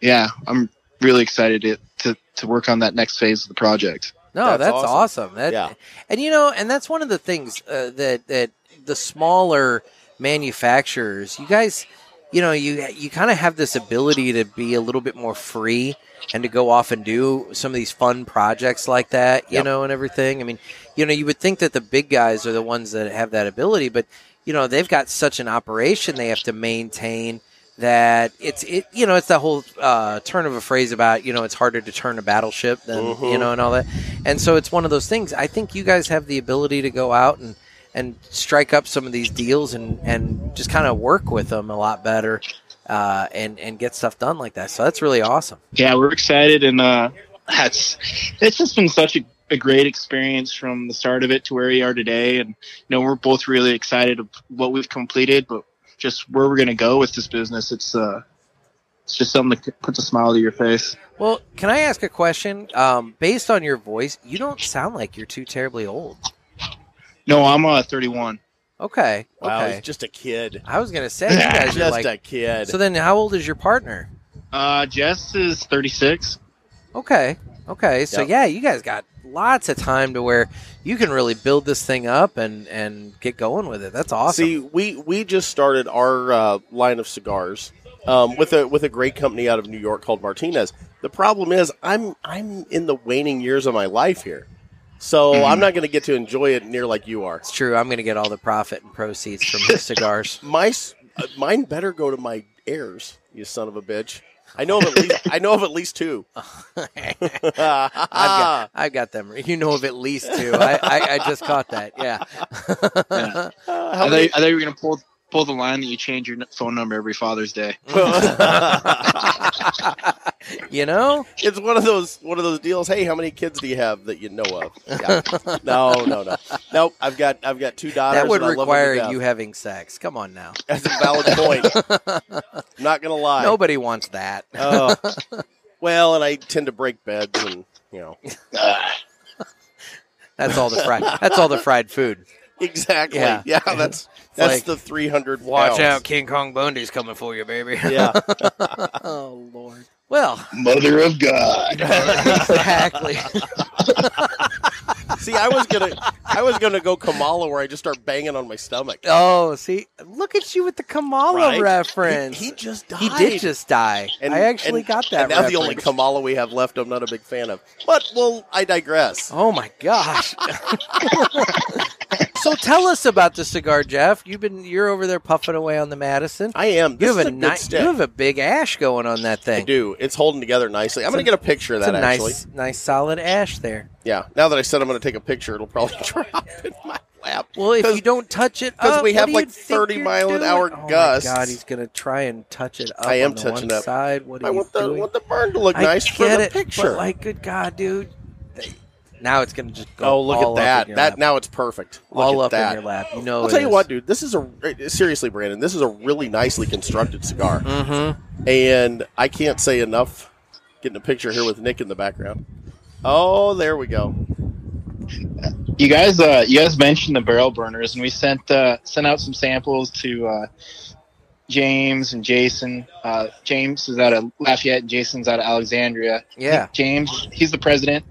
[SPEAKER 3] yeah, I'm really excited to, to to work on that next phase of the project.
[SPEAKER 1] No, that's,
[SPEAKER 2] That's
[SPEAKER 1] awesome.
[SPEAKER 2] awesome.
[SPEAKER 1] That,
[SPEAKER 2] Yeah.
[SPEAKER 1] and you know, and that's one of the things uh, that that the smaller manufacturers, you guys, you know, you you kind of have this ability to be a little bit more free and to go off and do some of these fun projects like that, you
[SPEAKER 2] Yep.
[SPEAKER 1] know, and everything. I mean, you know, you would think that the big guys are the ones that have that ability, but you know, they've got such an operation they have to maintain that it's it you know it's that whole uh, turn of a phrase about you know it's harder to turn a battleship than
[SPEAKER 2] Mhm.
[SPEAKER 1] you know and all that and so it's one of those things i think you guys have the ability to go out and and strike up some of these deals and and just kind of work with them a lot better uh, and and get stuff done like that so that's really awesome
[SPEAKER 3] Yeah, we're excited, and uh, that's it's just been such a, a great experience from the start of it to where we are today, and you know we're both really excited of what we've completed, but just where we're going to go with this business. It's uh, it's just something that puts a smile to your face.
[SPEAKER 1] well can i ask a question um, based on your voice you don't sound like you're too terribly old
[SPEAKER 3] No, I'm uh 31.
[SPEAKER 1] okay
[SPEAKER 2] Wow,
[SPEAKER 1] okay
[SPEAKER 2] he's just a kid.
[SPEAKER 1] i was gonna say you guys are
[SPEAKER 2] just
[SPEAKER 1] like
[SPEAKER 2] a kid.
[SPEAKER 1] so then how old is your partner
[SPEAKER 3] Uh, Jess is 36.
[SPEAKER 1] Okay. Okay. So
[SPEAKER 2] Yep.
[SPEAKER 1] yeah, you guys got lots of time to where you can really build this thing up and and get going with it. That's awesome.
[SPEAKER 2] See, we we just started our uh, line of cigars um, with a with a great company out of New York called Martinez. The problem is, I'm I'm in the waning years of my life here, so
[SPEAKER 1] Mm-hmm.
[SPEAKER 3] Mhm.
[SPEAKER 2] I'm not going to get to enjoy it near like you are.
[SPEAKER 1] it's true. I'm going to get all the profit and proceeds from the cigars.
[SPEAKER 2] My s- uh, mine better go to my heirs. You son of a bitch. I know of at least I know of at least two.
[SPEAKER 1] I've got, I've got them. You know of at least two. I, I, I just caught that. Yeah.
[SPEAKER 3] Yeah.
[SPEAKER 2] Uh, how
[SPEAKER 3] I
[SPEAKER 2] many-
[SPEAKER 3] thought, I thought you were gonna pull pull the line that you change your n- phone number every Father's Day.
[SPEAKER 1] you know?
[SPEAKER 2] it's one of those one of those deals. Hey, how many kids do you have that you know of? Yeah. No, no, no, nope. I've got I've got two daughters.
[SPEAKER 1] That would
[SPEAKER 2] and I love them to
[SPEAKER 1] require
[SPEAKER 2] death.
[SPEAKER 1] you having sex. Come on now.
[SPEAKER 2] That's a valid point. I'm not gonna lie.
[SPEAKER 1] Nobody wants that.
[SPEAKER 2] Oh. well, and I tend to break beds, and you know
[SPEAKER 1] That's all the fried that's all the fried food.
[SPEAKER 2] exactly.
[SPEAKER 1] Yeah.
[SPEAKER 2] Yeah, that's that's
[SPEAKER 1] like,
[SPEAKER 2] the three hundred.
[SPEAKER 1] King Kong Bundy's coming for you, baby.
[SPEAKER 2] Yeah,
[SPEAKER 1] oh Lord. Well,
[SPEAKER 3] Mother of God.
[SPEAKER 1] exactly.
[SPEAKER 2] see, I was gonna, I was gonna go Kamala, where I just start banging on my stomach.
[SPEAKER 1] oh, see, look at you with the Kamala
[SPEAKER 2] Right?
[SPEAKER 1] reference.
[SPEAKER 2] He, he just died.
[SPEAKER 1] He did just die.
[SPEAKER 2] And-
[SPEAKER 1] I actually
[SPEAKER 2] and-
[SPEAKER 1] got that.
[SPEAKER 2] And now the only
[SPEAKER 1] reference.
[SPEAKER 2] Kamala we have left, I'm not a big fan of. But well, I digress.
[SPEAKER 1] Oh my gosh! so tell us about the cigar, Jeff. You've been you're over there puffing away on the Madison.
[SPEAKER 2] I am.
[SPEAKER 1] You
[SPEAKER 2] This
[SPEAKER 1] have
[SPEAKER 2] is
[SPEAKER 1] a,
[SPEAKER 2] good
[SPEAKER 1] ni-
[SPEAKER 2] stick.
[SPEAKER 1] you have a big ash going on that
[SPEAKER 2] I
[SPEAKER 1] thing.
[SPEAKER 2] do. It's holding together nicely. I'm
[SPEAKER 1] It's
[SPEAKER 2] going
[SPEAKER 1] a-
[SPEAKER 2] to get a picture of
[SPEAKER 1] It's a
[SPEAKER 2] that
[SPEAKER 1] nice,
[SPEAKER 2] actually.
[SPEAKER 1] nice solid ash there.
[SPEAKER 2] Yeah. Now that I said I'm going to take a picture, it'll probably drop in my lap.
[SPEAKER 1] Well, if
[SPEAKER 2] 'Cause-
[SPEAKER 1] you don't touch it,
[SPEAKER 2] because
[SPEAKER 1] up,
[SPEAKER 2] we
[SPEAKER 1] what
[SPEAKER 2] have
[SPEAKER 1] do
[SPEAKER 2] like
[SPEAKER 1] you think
[SPEAKER 2] 30
[SPEAKER 1] you're
[SPEAKER 2] mile an
[SPEAKER 1] doing?
[SPEAKER 2] hour
[SPEAKER 1] oh
[SPEAKER 2] gusts.
[SPEAKER 1] My God, he's gonna try and touch it up.
[SPEAKER 2] I am
[SPEAKER 1] on the
[SPEAKER 2] touching
[SPEAKER 1] one
[SPEAKER 2] up.
[SPEAKER 1] Side. What are
[SPEAKER 2] I
[SPEAKER 1] you
[SPEAKER 2] want the
[SPEAKER 1] doing?
[SPEAKER 2] want the burn to look
[SPEAKER 1] I
[SPEAKER 2] nice for
[SPEAKER 1] get
[SPEAKER 2] the
[SPEAKER 1] it,
[SPEAKER 2] picture.
[SPEAKER 1] But like, good God, dude! Now it's gonna just go.
[SPEAKER 2] oh, look
[SPEAKER 1] all
[SPEAKER 2] at
[SPEAKER 1] up in
[SPEAKER 2] that!
[SPEAKER 1] your
[SPEAKER 2] That
[SPEAKER 1] lap.
[SPEAKER 2] now it's perfect. Look
[SPEAKER 1] all
[SPEAKER 2] at
[SPEAKER 1] up
[SPEAKER 2] that.
[SPEAKER 1] in your lap. You know.
[SPEAKER 2] I'll
[SPEAKER 1] it
[SPEAKER 2] tell you
[SPEAKER 1] is.
[SPEAKER 2] what, dude. This is a seriously, Brandon. This is a really nicely constructed cigar,
[SPEAKER 1] Mhm.
[SPEAKER 2] and I can't say enough. Getting a picture here with Nick in the background. Oh, there we go.
[SPEAKER 3] you guys, uh, you guys mentioned the barrel burners, and we sent uh, sent out some samples to uh, James and Jason. Uh, James is out of Lafayette, and Jason's out of Alexandria.
[SPEAKER 1] Yeah.
[SPEAKER 3] James, he's the president,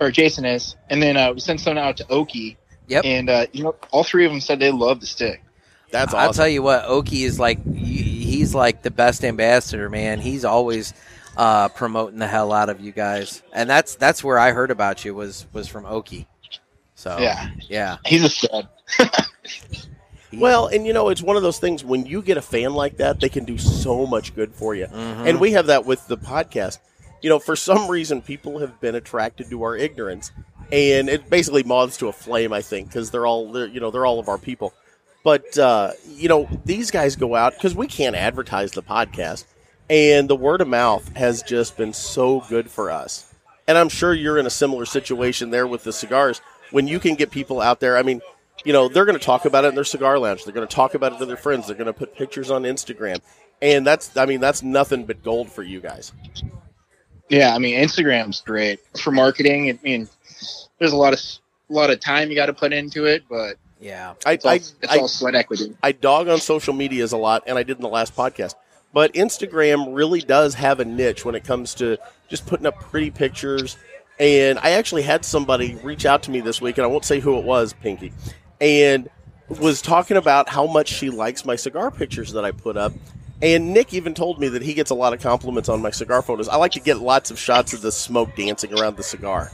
[SPEAKER 3] or Jason is, and then uh, we sent someone out to Oki.
[SPEAKER 1] Yep.
[SPEAKER 3] And uh, you know, all three of them said they love the stick.
[SPEAKER 2] That's
[SPEAKER 1] I'll
[SPEAKER 2] awesome.
[SPEAKER 1] tell you what, Oki is like. y- He's like the best ambassador, man. He's always uh, promoting the hell out of you guys, and that's that's where I heard about you was was from Oki. So
[SPEAKER 3] Yeah,
[SPEAKER 1] yeah.
[SPEAKER 3] he's a stud.
[SPEAKER 1] He-
[SPEAKER 2] well, and you know, it's one of those things when you get a fan like that, they can do so much good for you.
[SPEAKER 1] Mhm.
[SPEAKER 2] And we have that with the podcast. You know, for some reason, people have been attracted to our ignorance, and it basically moths to a flame. I think because they're all they're, you know they're all of our people. But uh, you know, these guys go out because we can't advertise the podcast, and the word of mouth has just been so good for us. And I'm sure you're in a similar situation there with the cigars when you can get people out there. I mean, you know, they're going to talk about it in their cigar lounge. They're going to talk about it to their friends. They're going to put pictures on Instagram and that's I mean that's nothing but gold for you guys.
[SPEAKER 3] Yeah, I mean Instagram's great for marketing. I mean, there's a lot of a lot of time you got to put into it, but
[SPEAKER 1] Yeah.
[SPEAKER 2] I
[SPEAKER 3] it's all,
[SPEAKER 2] I,
[SPEAKER 3] it's
[SPEAKER 2] I,
[SPEAKER 3] all sweat equity.
[SPEAKER 2] I dog on social medias a lot, and I did in the last podcast. But Instagram really does have a niche when it comes to just putting up pretty pictures. And I actually had somebody reach out to me this week, and I won't say who it was, Pinky, and was talking about how much she likes my cigar pictures that I put up. And Nick even told me that he gets a lot of compliments on my cigar photos. I like to get lots of shots of the smoke dancing around the cigar.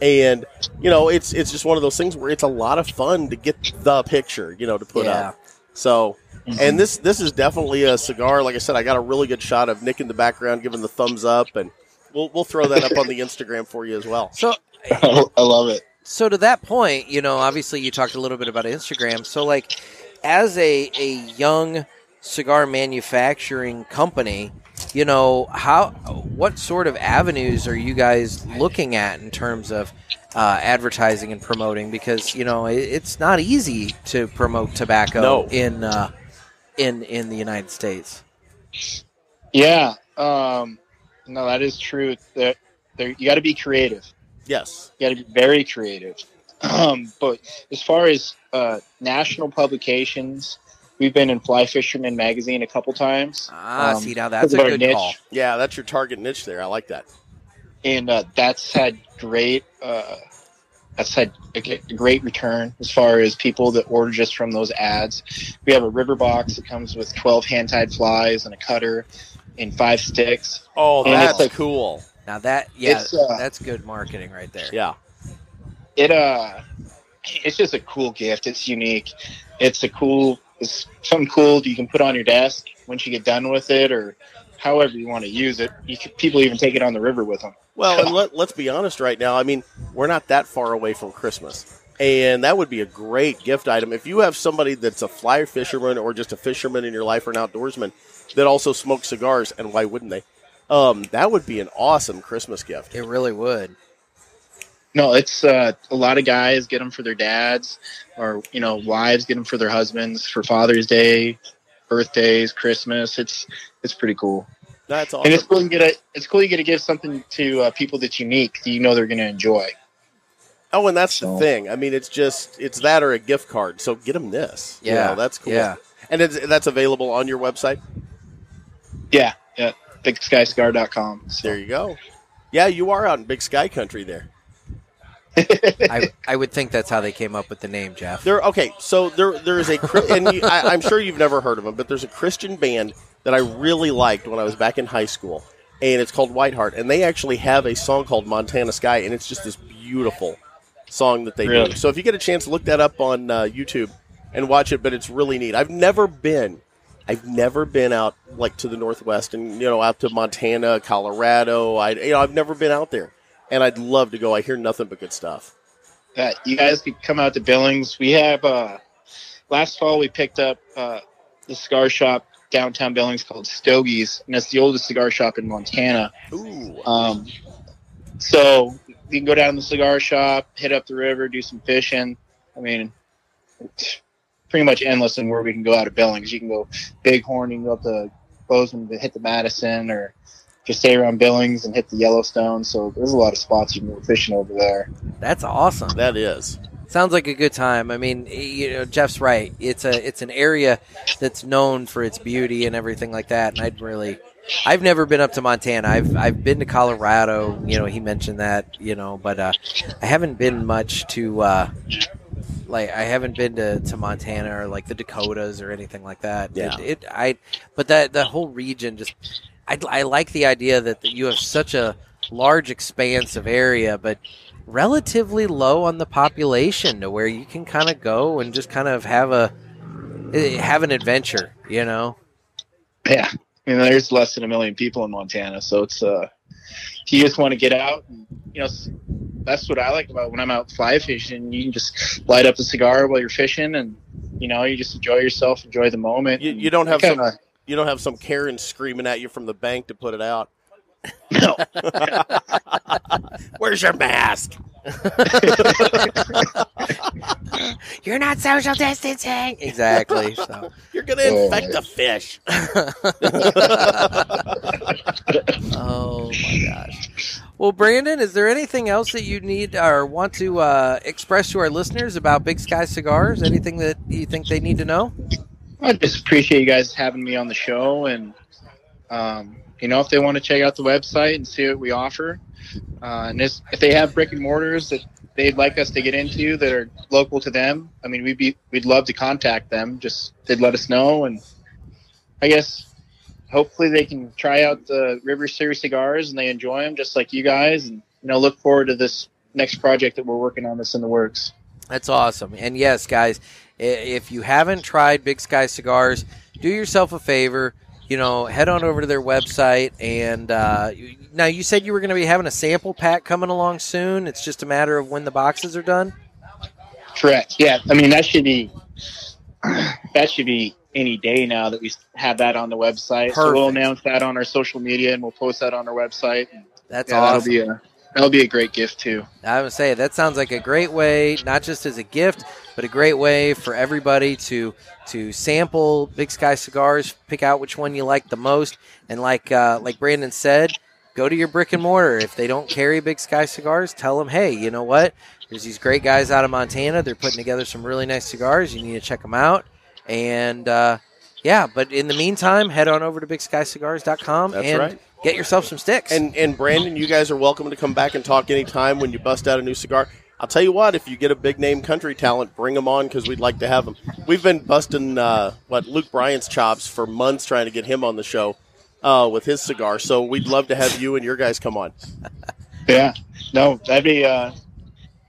[SPEAKER 2] And you know, it's it's just one of those things where it's a lot of fun to get the picture, you know, to put
[SPEAKER 1] Yeah.
[SPEAKER 2] up. So, and this this is definitely a cigar. Like I said, I got a really good shot of Nick in the background giving the thumbs up, and we'll we'll throw that up on the Instagram for you as well.
[SPEAKER 1] So
[SPEAKER 3] I love it.
[SPEAKER 1] so to that point, you know, obviously you talked a little bit about Instagram. So like as a a young cigar manufacturing company, you know, how what sort of avenues are you guys looking at in terms of uh, advertising and promoting because you know it, it's not easy to promote tobacco
[SPEAKER 2] No.
[SPEAKER 1] in uh, in in the United States.
[SPEAKER 3] Yeah, um, no, that is true. That there, you got to be creative.
[SPEAKER 2] Yes,
[SPEAKER 3] You got to be very creative. Um, but as far as uh, national publications, we've been in Fly Fisherman magazine a couple times.
[SPEAKER 1] Ah,
[SPEAKER 3] Um,
[SPEAKER 1] see now that's a
[SPEAKER 3] Our
[SPEAKER 1] good
[SPEAKER 3] niche,
[SPEAKER 1] call.
[SPEAKER 2] yeah, that's your target niche there. I like that.
[SPEAKER 3] and uh, that's had great. Uh, that's had a g- great return as far as people that order just from those ads. We have a river box that comes with twelve hand tied flies and a cutter and five sticks.
[SPEAKER 2] Oh,
[SPEAKER 3] And
[SPEAKER 2] that's
[SPEAKER 3] it's like-
[SPEAKER 2] cool.
[SPEAKER 1] Now that yeah,
[SPEAKER 3] It's, uh,
[SPEAKER 1] that's good marketing right there.
[SPEAKER 2] Yeah,
[SPEAKER 3] it uh it's just a cool gift it's unique it's a cool it's something cool that you can put on your desk once you get done with it or however you want to use it you could, people even take it on the river with them
[SPEAKER 2] Well, and let, let's be honest right now. I mean, we're not that far away from Christmas. And that would be a great gift item. If you have somebody that's a fly fisherman or just a fisherman in your life or an outdoorsman that also smokes cigars, and why wouldn't they? Um, that would be an awesome Christmas gift.
[SPEAKER 1] It really would.
[SPEAKER 3] no it's uh, a lot of guys get them for their dads or you know wives get them for their husbands for father's day birthdays christmas it's it's pretty cool
[SPEAKER 2] That's
[SPEAKER 3] and it's
[SPEAKER 2] awesome.
[SPEAKER 3] cool you get a it's cool you get to give something to uh, people that's unique that you know they're going to enjoy
[SPEAKER 2] Oh, and that's the
[SPEAKER 3] So-
[SPEAKER 2] thing. I mean, it's just, it's that or a gift card. So get them this. You
[SPEAKER 1] Yeah,
[SPEAKER 2] know, that's cool.
[SPEAKER 1] yeah.
[SPEAKER 2] And it's, that's available on your website.
[SPEAKER 3] yeah yeah thickskycigar.com so.
[SPEAKER 2] There you go. Yeah, you are out in big sky country there.
[SPEAKER 1] I, I would think that's how they came up with the name, Jeff.
[SPEAKER 2] There, okay, so there there is a Chri- and you, I, I'm sure you've never heard of them, but there's a Christian band that I really liked when I was back in high school, and it's called Whiteheart, and they actually have a song called Montana Sky, and it's just this beautiful song that they
[SPEAKER 3] Really?
[SPEAKER 2] do. So if you get a chance, look that up on uh, YouTube and watch it. But it's really neat. I've never been. I've never been out like to the northwest and you know out to Montana, Colorado. I you know I've never been out there, and I'd love to go. I hear nothing but good stuff.
[SPEAKER 3] that you guys could come out to Billings. We have uh, last fall we picked up uh, the cigar shop downtown Billings called Stogie's, and it's the oldest cigar shop in Montana.
[SPEAKER 2] Ooh,
[SPEAKER 3] Um, so you can go down to the cigar shop, hit up the river, do some fishing. I mean, it's pretty much endless in where we can go out of Billings. You can go Bighorn, you can go up to Bozeman to hit the Madison, or just stay around Billings and hit the Yellowstone. So there's a lot of spots you can go fishing over there.
[SPEAKER 1] That's awesome.
[SPEAKER 2] that is.
[SPEAKER 1] Sounds like a good time. I mean, you know, Jeff's right. It's a it's an area that's known for its beauty and everything like that. And I'd really, I've never been up to Montana. I've I've been to Colorado. You know, he mentioned that. You know, but uh, I haven't been much to uh, like I haven't been to, to Montana or like the Dakotas or anything like that.
[SPEAKER 2] Yeah.
[SPEAKER 1] It, it I but that that whole region just I I like the idea that, that you have such a large expanse of area, but relatively low on the population to where you can kind of go and just kind of have a eh, have an adventure, you know.
[SPEAKER 3] Yeah. I mean, there's less than a million people in Montana, so it's uh, if you just want to get out, and, you know, s- that's what I like about when I'm out fly fishing. You can just light up a cigar while you're fishing, and you know, you just enjoy yourself, enjoy the moment.
[SPEAKER 2] You- you don't have
[SPEAKER 3] kind
[SPEAKER 2] you don't have some Karen screaming at you from the bank to put it out.
[SPEAKER 3] no.
[SPEAKER 2] Where's your mask?
[SPEAKER 1] You're not social distancing. Exactly. So
[SPEAKER 2] You're gonna
[SPEAKER 4] Oh,
[SPEAKER 2] infect the
[SPEAKER 4] nice.
[SPEAKER 2] fish.
[SPEAKER 1] Oh my gosh. Well, Brandon, is there anything else that you need or want to uh, express to our listeners about Big Sky Cigars? Anything that you think they need to know?
[SPEAKER 3] I just appreciate you guys having me on the show, and um, you know, if they want to check out the website and see what we offer, uh, and this, if they have brick and mortars that they'd like us to get into that are local to them, I mean, we'd be we'd love to contact them. Just they'd let us know, and I guess hopefully they can try out the River Series cigars and they enjoy them just like you guys, and you know, look forward to this next project that we're working on that's in the works.
[SPEAKER 1] That's awesome. And yes, guys, i- if you haven't tried Big Sky Cigars, do yourself a favor. You know, head on over to their website. And uh, you- now you said you were going to be having a sample pack coming along soon. It's just a matter of when the boxes are done.
[SPEAKER 3] Correct. Yeah. I mean, that should be that should be any day now that we have that on the website. So we'll
[SPEAKER 1] Perfect.
[SPEAKER 3] announce that on our social media and we'll post that on our website. Yeah,
[SPEAKER 1] That's
[SPEAKER 3] that'll
[SPEAKER 1] awesome.
[SPEAKER 3] be a that'll be a great gift too.
[SPEAKER 1] I would say that sounds like a great way, not just as a gift, but a great way for everybody to to sample Big Sky cigars, pick out which one you like the most, and like uh, like Brandon said, go to your brick and mortar. If they don't carry Big Sky cigars, tell them, hey, you know what? There's these great guys out of Montana. They're putting together some really nice cigars. You need to check them out. And uh, yeah, but in the meantime, head on over to BigSkyCigars.com
[SPEAKER 2] That's
[SPEAKER 1] and
[SPEAKER 2] right.
[SPEAKER 1] get yourself some sticks.
[SPEAKER 2] And and Brandon, you guys are welcome to come back and talk anytime when you bust out a new cigar. I'll tell you what, if you get a big name country talent, bring them on because we'd like to have them. We've been busting uh, what Luke Bryant's chops for months trying to get him on the show uh, with his cigar. So we'd love to have you and your guys come on.
[SPEAKER 3] Yeah. No, that'd be uh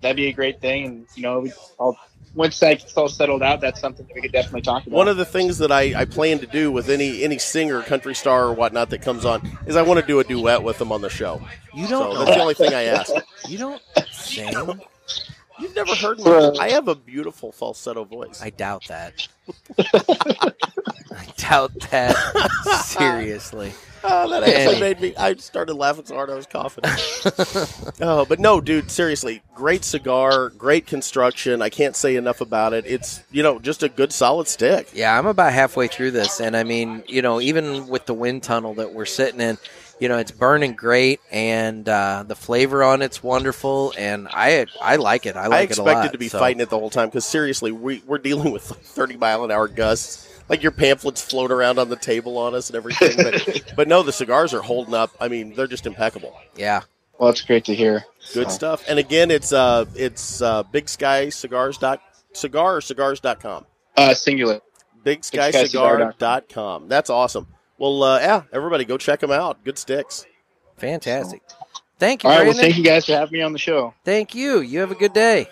[SPEAKER 3] that'd be a great thing and you know, we all once that's all settled out, that's something that we could definitely talk about.
[SPEAKER 2] One of the things that I, I plan to do with any any singer, country star or whatnot that comes on is I want to do a duet with them on the show.
[SPEAKER 1] you
[SPEAKER 2] So
[SPEAKER 1] don't
[SPEAKER 2] that's the only thing I ask.
[SPEAKER 1] you don't sing.
[SPEAKER 2] You've never heard me. I have a beautiful falsetto voice.
[SPEAKER 1] I doubt that. I doubt that. Seriously.
[SPEAKER 2] Oh, that actually
[SPEAKER 1] Hey.
[SPEAKER 2] made me. I started laughing so hard I was coughing. oh, but no, dude, seriously, great cigar, great construction. I can't say enough about it. It's you know just a good solid stick.
[SPEAKER 1] Yeah, I'm about halfway through this, and I mean, you know, even with the wind tunnel that we're sitting in, you know, it's burning great, and uh, the flavor on it's wonderful, and I I like it. I
[SPEAKER 2] I,
[SPEAKER 1] like it a lot.
[SPEAKER 2] expected to be
[SPEAKER 1] so-
[SPEAKER 2] fighting it the whole time because seriously, we we're dealing with like thirty mile an hour gusts. Like your pamphlets float around on the table on us and everything. But but no, the cigars are holding up. I mean, they're just impeccable.
[SPEAKER 1] Yeah,
[SPEAKER 3] well that's great to hear.
[SPEAKER 2] Good
[SPEAKER 3] So,
[SPEAKER 2] stuff. And again, it's uh it's uh, Big Sky Cigars dot cigar or cigars dot com.
[SPEAKER 3] Uh singular.
[SPEAKER 2] BigSkyCigar.com. That's awesome. Well, uh, yeah, everybody go check them out. Good sticks.
[SPEAKER 1] fantastic. Thank you,
[SPEAKER 3] All right, well
[SPEAKER 1] Brandon.
[SPEAKER 3] thank you guys for having me on the show.
[SPEAKER 1] Thank you. You have a good day.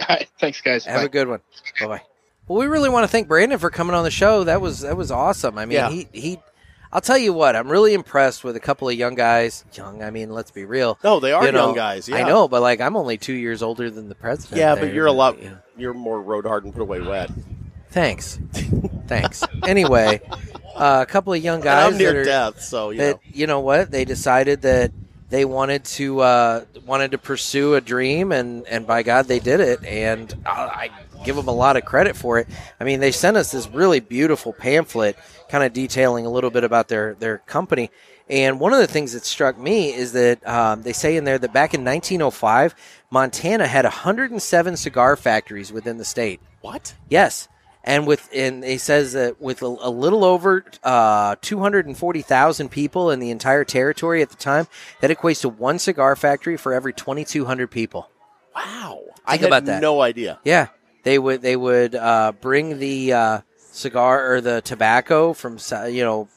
[SPEAKER 3] All right, thanks guys.
[SPEAKER 1] Have a good one. Bye bye. Well, we really want to thank Brandon for coming on the show. That was that was awesome. I mean,
[SPEAKER 2] Yeah.
[SPEAKER 1] he he. I'll tell you what, I'm really impressed with a couple of young guys. Young, I mean, let's be real.
[SPEAKER 2] No, they are
[SPEAKER 1] You know,
[SPEAKER 2] young guys. Yeah.
[SPEAKER 1] I know, but like I'm only two years older than the president.
[SPEAKER 2] Yeah, but
[SPEAKER 1] there,
[SPEAKER 2] you're a lot.
[SPEAKER 1] you know.
[SPEAKER 2] You're more road hard and put away wet.
[SPEAKER 1] Thanks, thanks. Anyway, uh, a couple of young
[SPEAKER 2] And
[SPEAKER 1] guys
[SPEAKER 2] I'm
[SPEAKER 1] that
[SPEAKER 2] near
[SPEAKER 1] are-
[SPEAKER 2] death, so you
[SPEAKER 1] that
[SPEAKER 2] know.
[SPEAKER 1] you know what they decided that they wanted to uh, wanted to pursue a dream and and by God they did it and I, I give them a lot of credit for it. I mean they sent us this really beautiful pamphlet kind of detailing a little bit about their their company and one of the things that struck me is that um, they say in there that back in 1905 Montana had 107 cigar factories within the state.
[SPEAKER 2] What?
[SPEAKER 1] Yes, and with and he says that with a, a little over uh, two hundred and forty thousand people in the entire territory at the time, that equates to one cigar factory for every twenty two hundred people.
[SPEAKER 2] Wow. I
[SPEAKER 1] Think
[SPEAKER 2] had
[SPEAKER 1] about that.
[SPEAKER 2] no idea.
[SPEAKER 1] Yeah, they would they would uh, bring the uh, cigar or the tobacco from Sou- you know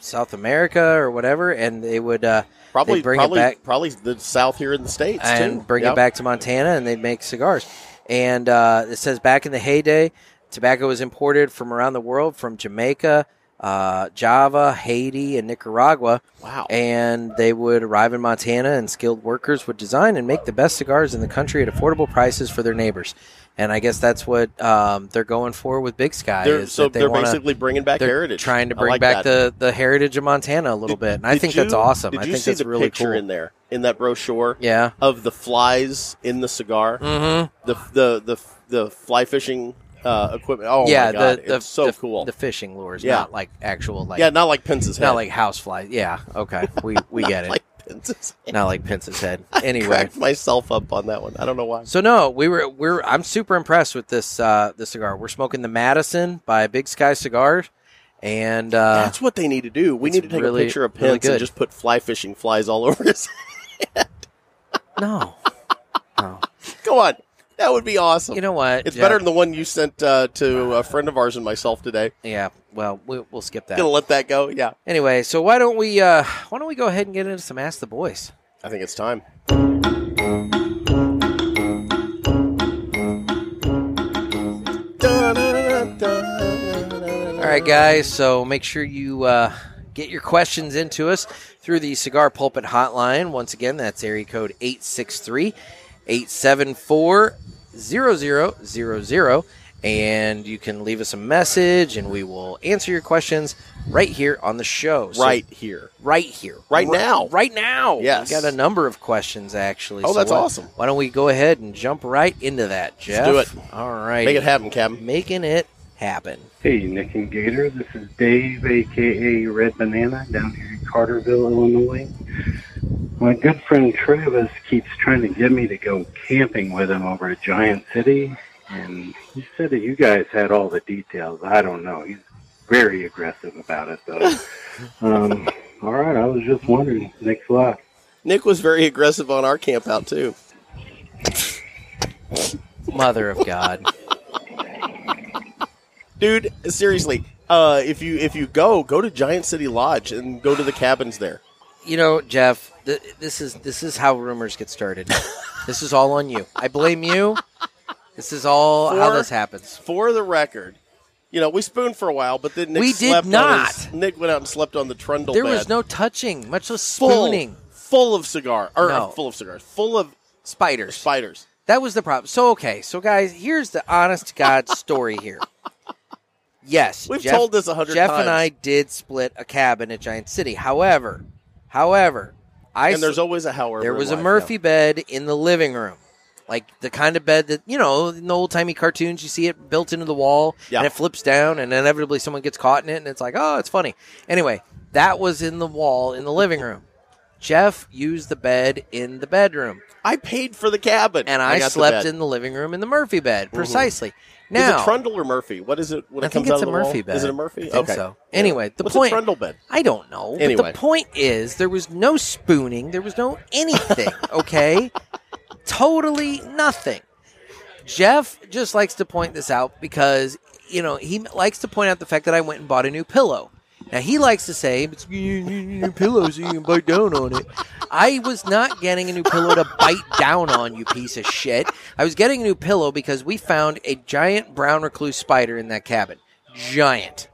[SPEAKER 1] South America or whatever, and they would uh,
[SPEAKER 2] Probably,
[SPEAKER 1] They bring it
[SPEAKER 2] probably,
[SPEAKER 1] back.
[SPEAKER 2] probably the South here in the states
[SPEAKER 1] and
[SPEAKER 2] too.
[SPEAKER 1] bring
[SPEAKER 2] Yep.
[SPEAKER 1] it back to Montana, and they'd make cigars. And uh, it says back in the heyday, tobacco was imported from around the world, from Jamaica, uh, Java, Haiti, and Nicaragua,
[SPEAKER 2] Wow.
[SPEAKER 1] and they would arrive in Montana, and skilled workers would design and make the best cigars in the country at affordable prices for their neighbors. And I guess that's what um, they're going for with Big Sky.
[SPEAKER 2] They're,
[SPEAKER 1] is
[SPEAKER 2] so
[SPEAKER 1] that they
[SPEAKER 2] they're
[SPEAKER 1] wanna-
[SPEAKER 2] basically bringing back
[SPEAKER 1] they're
[SPEAKER 2] heritage.
[SPEAKER 1] trying to
[SPEAKER 2] I
[SPEAKER 1] bring
[SPEAKER 2] like
[SPEAKER 1] back
[SPEAKER 2] that.
[SPEAKER 1] the, the heritage of Montana a little bit, and I
[SPEAKER 2] Did
[SPEAKER 1] think that's
[SPEAKER 2] you-
[SPEAKER 1] awesome.
[SPEAKER 2] Did
[SPEAKER 1] I
[SPEAKER 2] you
[SPEAKER 1] think
[SPEAKER 2] see
[SPEAKER 1] that's
[SPEAKER 2] the
[SPEAKER 1] really
[SPEAKER 2] picture
[SPEAKER 1] cool.
[SPEAKER 2] in there in that brochure
[SPEAKER 1] yeah.
[SPEAKER 2] of the flies in the cigar?
[SPEAKER 1] Mm-hmm.
[SPEAKER 2] the the the the fly fishing uh, equipment. Oh
[SPEAKER 1] yeah,
[SPEAKER 2] my god,
[SPEAKER 1] the, the
[SPEAKER 2] it's so
[SPEAKER 1] the-
[SPEAKER 2] cool.
[SPEAKER 1] The fishing lures,
[SPEAKER 2] Yeah.
[SPEAKER 1] not like actual like
[SPEAKER 2] yeah, not like Pence's head.
[SPEAKER 1] not like house flies. Yeah, okay, we we get it.
[SPEAKER 2] Like Pence's head.
[SPEAKER 1] not like Pence's head. Anyway,
[SPEAKER 2] Cracked myself up on that one. I don't know why.
[SPEAKER 1] so no, we were we're I'm super impressed with this uh this cigar. We're smoking the Madison by Big Sky Cigars, and uh,
[SPEAKER 2] That's what they need to do. We
[SPEAKER 1] it's
[SPEAKER 2] need to take
[SPEAKER 1] really-
[SPEAKER 2] a picture of Pence
[SPEAKER 1] really good.
[SPEAKER 2] and just put fly fishing flies all over his.
[SPEAKER 1] no, no,
[SPEAKER 2] Go on, that would be awesome.
[SPEAKER 1] you know what?
[SPEAKER 2] it's
[SPEAKER 1] Yeah.
[SPEAKER 2] better than the one you sent uh, to a friend of ours and myself today.
[SPEAKER 1] Yeah, well, we, we'll skip that.
[SPEAKER 2] Gonna let that go. Yeah,
[SPEAKER 1] Anyway, so why don't we uh why don't we go ahead and get into some Ask the Boys?
[SPEAKER 2] I think it's time.
[SPEAKER 1] All right, guys. So make sure you uh, get your questions into us through the Cigar Pulpit Hotline. Once again, that's area code 863 874 0000. And you can leave us a message and we will answer your questions right here on the show. So
[SPEAKER 2] Right here.
[SPEAKER 1] right here,
[SPEAKER 2] Right
[SPEAKER 1] Ri-
[SPEAKER 2] now.
[SPEAKER 1] right now.
[SPEAKER 2] Yes.
[SPEAKER 1] we got a number of questions actually.
[SPEAKER 2] Oh,
[SPEAKER 1] So
[SPEAKER 2] that's
[SPEAKER 1] why-
[SPEAKER 2] awesome.
[SPEAKER 1] Why don't we go ahead and jump right into that, Jeff?
[SPEAKER 2] do it.
[SPEAKER 1] All right,
[SPEAKER 2] Make it happen, Captain.
[SPEAKER 1] making it happen.
[SPEAKER 4] Hey, Nick and Gator. This is Dave, aka Red Banana, down here in Carterville, Illinois. My good friend Travis keeps trying to get me to go camping with him over at Giant City, and he said that you guys had all the details. I don't know. He's very aggressive about it, though. um, all right, I was just wondering. Thanks a lot.
[SPEAKER 2] Nick was very aggressive on our camp out too.
[SPEAKER 1] Mother of God.
[SPEAKER 2] Dude, seriously, uh, if you if you go, go to Giant City Lodge and go to the cabins there.
[SPEAKER 1] You know, Jeff, th- this is this is how rumors get started. this is all on you. I blame you. This is all how
[SPEAKER 2] For-
[SPEAKER 1] this happens.
[SPEAKER 2] For the record, you know, we spooned for a while, but then Nick
[SPEAKER 1] We did
[SPEAKER 2] slept on
[SPEAKER 1] not.
[SPEAKER 2] his- Nick went out and slept on the trundle
[SPEAKER 1] There
[SPEAKER 2] bed.
[SPEAKER 1] was no touching, much less
[SPEAKER 2] full,
[SPEAKER 1] spooning.
[SPEAKER 2] full of cigar or
[SPEAKER 1] No.
[SPEAKER 2] uh, full of cigars, full of
[SPEAKER 1] Spiders.
[SPEAKER 2] spiders.
[SPEAKER 1] that was the problem. So okay, so guys, here's the honest to God story here. Yes,
[SPEAKER 2] We've
[SPEAKER 1] Jeff,
[SPEAKER 2] told this a hundred
[SPEAKER 1] Jeff
[SPEAKER 2] times.
[SPEAKER 1] and I did split a cabin at Giant City. However, however, I
[SPEAKER 2] and
[SPEAKER 1] s-
[SPEAKER 2] there's always a however.
[SPEAKER 1] There
[SPEAKER 2] in
[SPEAKER 1] was a
[SPEAKER 2] life,
[SPEAKER 1] Murphy bed in the living room. Like the kind of bed that, you know, in the old timey cartoons, you see it built into the wall
[SPEAKER 2] Yeah.
[SPEAKER 1] and it flips down, and inevitably someone gets caught in it, and it's like, oh, it's funny. Anyway, that was in the wall in the living room. Jeff used the bed in the bedroom,
[SPEAKER 2] yeah. I paid for the cabin,
[SPEAKER 1] and I,
[SPEAKER 2] got the
[SPEAKER 1] slept
[SPEAKER 2] bed. Mm-hmm.
[SPEAKER 1] in the living room in the Murphy bed, precisely.
[SPEAKER 2] Is
[SPEAKER 1] Now,
[SPEAKER 2] it trundle or Murphy? What is it? When
[SPEAKER 1] I
[SPEAKER 2] it
[SPEAKER 1] think
[SPEAKER 2] comes out
[SPEAKER 1] it's a
[SPEAKER 2] of the
[SPEAKER 1] Murphy
[SPEAKER 2] wall?
[SPEAKER 1] bed.
[SPEAKER 2] Is it a Murphy?
[SPEAKER 1] I think
[SPEAKER 2] okay.
[SPEAKER 1] so.
[SPEAKER 2] Yeah.
[SPEAKER 1] Anyway, the
[SPEAKER 2] What's
[SPEAKER 1] point-
[SPEAKER 2] A trundle bed.
[SPEAKER 1] I don't know. But
[SPEAKER 2] Anyway.
[SPEAKER 1] the point is, there was no spooning. There was no anything. Okay, totally nothing. Jeff just likes to point this out because you know he likes to point out the fact that I went and bought a new pillow. Now he likes to say it's you need a new pillow so you can bite down on it. I was not getting a new pillow to bite down on, you piece of shit. I was getting a new pillow because we found a giant brown recluse spider in that cabin. Giant.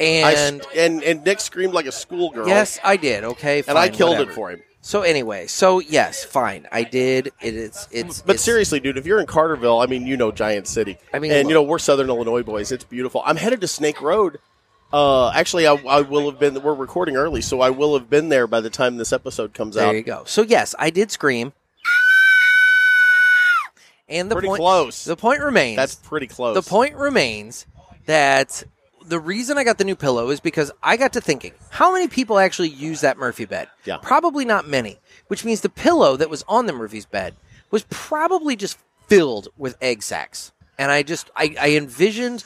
[SPEAKER 2] I s-
[SPEAKER 1] And
[SPEAKER 2] and and Nick screamed like a schoolgirl.
[SPEAKER 1] Yes, I did. Okay,
[SPEAKER 2] and I killed it for him.
[SPEAKER 1] So anyway, so yes, fine, I did. It, it's it's.
[SPEAKER 2] But
[SPEAKER 1] it's-
[SPEAKER 2] seriously, dude, if you're in Carterville, I mean, you know Giant City.
[SPEAKER 1] I mean,
[SPEAKER 2] and
[SPEAKER 1] look.
[SPEAKER 2] you know we're Southern Illinois boys. It's beautiful. I'm headed to Snake Road. Uh, actually, I, I will have been. We're recording early, so I will have been there by the time this episode comes
[SPEAKER 1] there
[SPEAKER 2] out.
[SPEAKER 1] you go. So yes, I did scream. And the
[SPEAKER 2] pretty
[SPEAKER 1] point,
[SPEAKER 2] close.
[SPEAKER 1] the point remains.
[SPEAKER 2] That's pretty close.
[SPEAKER 1] the point remains that the reason I got the new pillow is because I got to thinking, how many people actually use that Murphy bed?
[SPEAKER 2] Yeah.
[SPEAKER 1] Probably not many, which means the pillow that was on the Murphy's bed was probably just filled with egg sacs. And I just I, I envisioned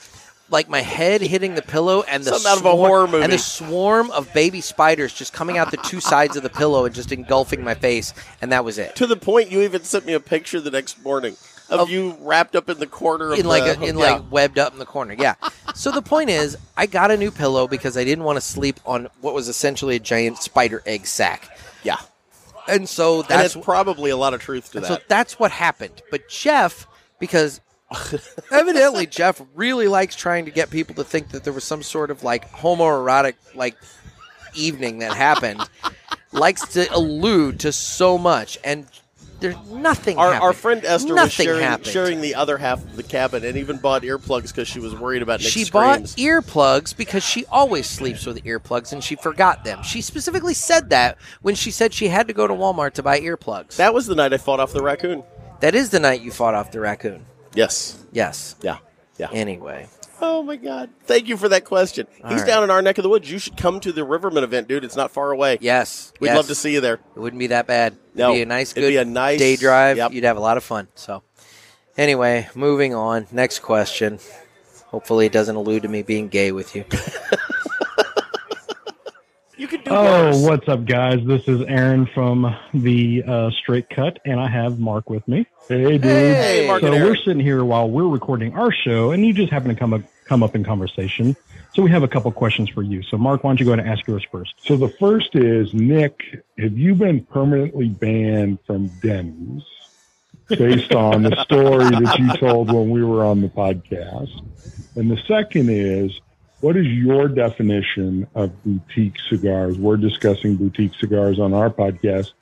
[SPEAKER 1] like my head hitting the pillow and the
[SPEAKER 2] Something out of a
[SPEAKER 1] swarm-
[SPEAKER 2] horror movie.
[SPEAKER 1] and the swarm of baby spiders just coming out the two sides of the pillow and just engulfing my face and that was it.
[SPEAKER 2] to the point you even sent me a picture the next morning of,
[SPEAKER 1] Of-
[SPEAKER 2] you wrapped up in the corner of
[SPEAKER 1] in like
[SPEAKER 2] the,
[SPEAKER 1] a, in
[SPEAKER 2] yeah.
[SPEAKER 1] like webbed up in the corner. Yeah. so the point is, I got a new pillow because I didn't want to sleep on what was essentially a giant spider egg sack,
[SPEAKER 2] yeah.
[SPEAKER 1] and so
[SPEAKER 2] And
[SPEAKER 1] that's
[SPEAKER 2] it's probably a lot of truth to
[SPEAKER 1] and
[SPEAKER 2] that.
[SPEAKER 1] so that's what happened. But Jeff, because evidently Jeff really likes trying to get people to think that there was some sort of like homoerotic like evening that happened, likes to allude to so much and. There's nothing.
[SPEAKER 2] our,
[SPEAKER 1] happened.
[SPEAKER 2] our friend Esther was
[SPEAKER 1] Nothing
[SPEAKER 2] sharing,
[SPEAKER 1] happened.
[SPEAKER 2] sharing the other half of the cabin and even bought earplugs because she was worried about Nick's
[SPEAKER 1] she
[SPEAKER 2] screams.
[SPEAKER 1] bought earplugs because she always sleeps with earplugs and she forgot them. She specifically said that when she said she had to go to Walmart to buy earplugs.
[SPEAKER 2] that was the night I fought off the raccoon.
[SPEAKER 1] that is the night you fought off the raccoon.
[SPEAKER 2] Yes.
[SPEAKER 1] Yes.
[SPEAKER 2] Yeah. Yeah.
[SPEAKER 1] Anyway,
[SPEAKER 2] Oh my God! Thank you for that question.
[SPEAKER 1] All
[SPEAKER 2] He's
[SPEAKER 1] right.
[SPEAKER 2] down in our neck of the woods. You should come to the Riverman event, dude. It's not far away.
[SPEAKER 1] yes,
[SPEAKER 2] We'd
[SPEAKER 1] yes.
[SPEAKER 2] love to see you there.
[SPEAKER 1] It wouldn't be that bad.
[SPEAKER 2] No,
[SPEAKER 1] it'd be a nice,
[SPEAKER 2] it'd
[SPEAKER 1] good
[SPEAKER 2] be a nice-
[SPEAKER 1] day drive.
[SPEAKER 2] yep.
[SPEAKER 1] You'd have a lot of fun. So, anyway, moving on. Next question. Hopefully, it doesn't allude to me being gay with you.
[SPEAKER 2] You could do worse.
[SPEAKER 5] Oh, what's up, guys? This is Aaron from the uh, Straight Cut, and I have Mark with me. Hey, dude.
[SPEAKER 2] Hey, Mark
[SPEAKER 5] so
[SPEAKER 2] and
[SPEAKER 5] we're
[SPEAKER 2] Aaron.
[SPEAKER 5] sitting here while we're recording our show, and you just happen to come up, come up in conversation. So we have a couple questions for you. So, Mark, why don't you go ahead and ask yours first?
[SPEAKER 6] So the first is Nick, have you been permanently banned from Denny's based on the story that you told when we were on the podcast? And the second is what is your definition of boutique cigars? We're discussing boutique cigars on our podcast,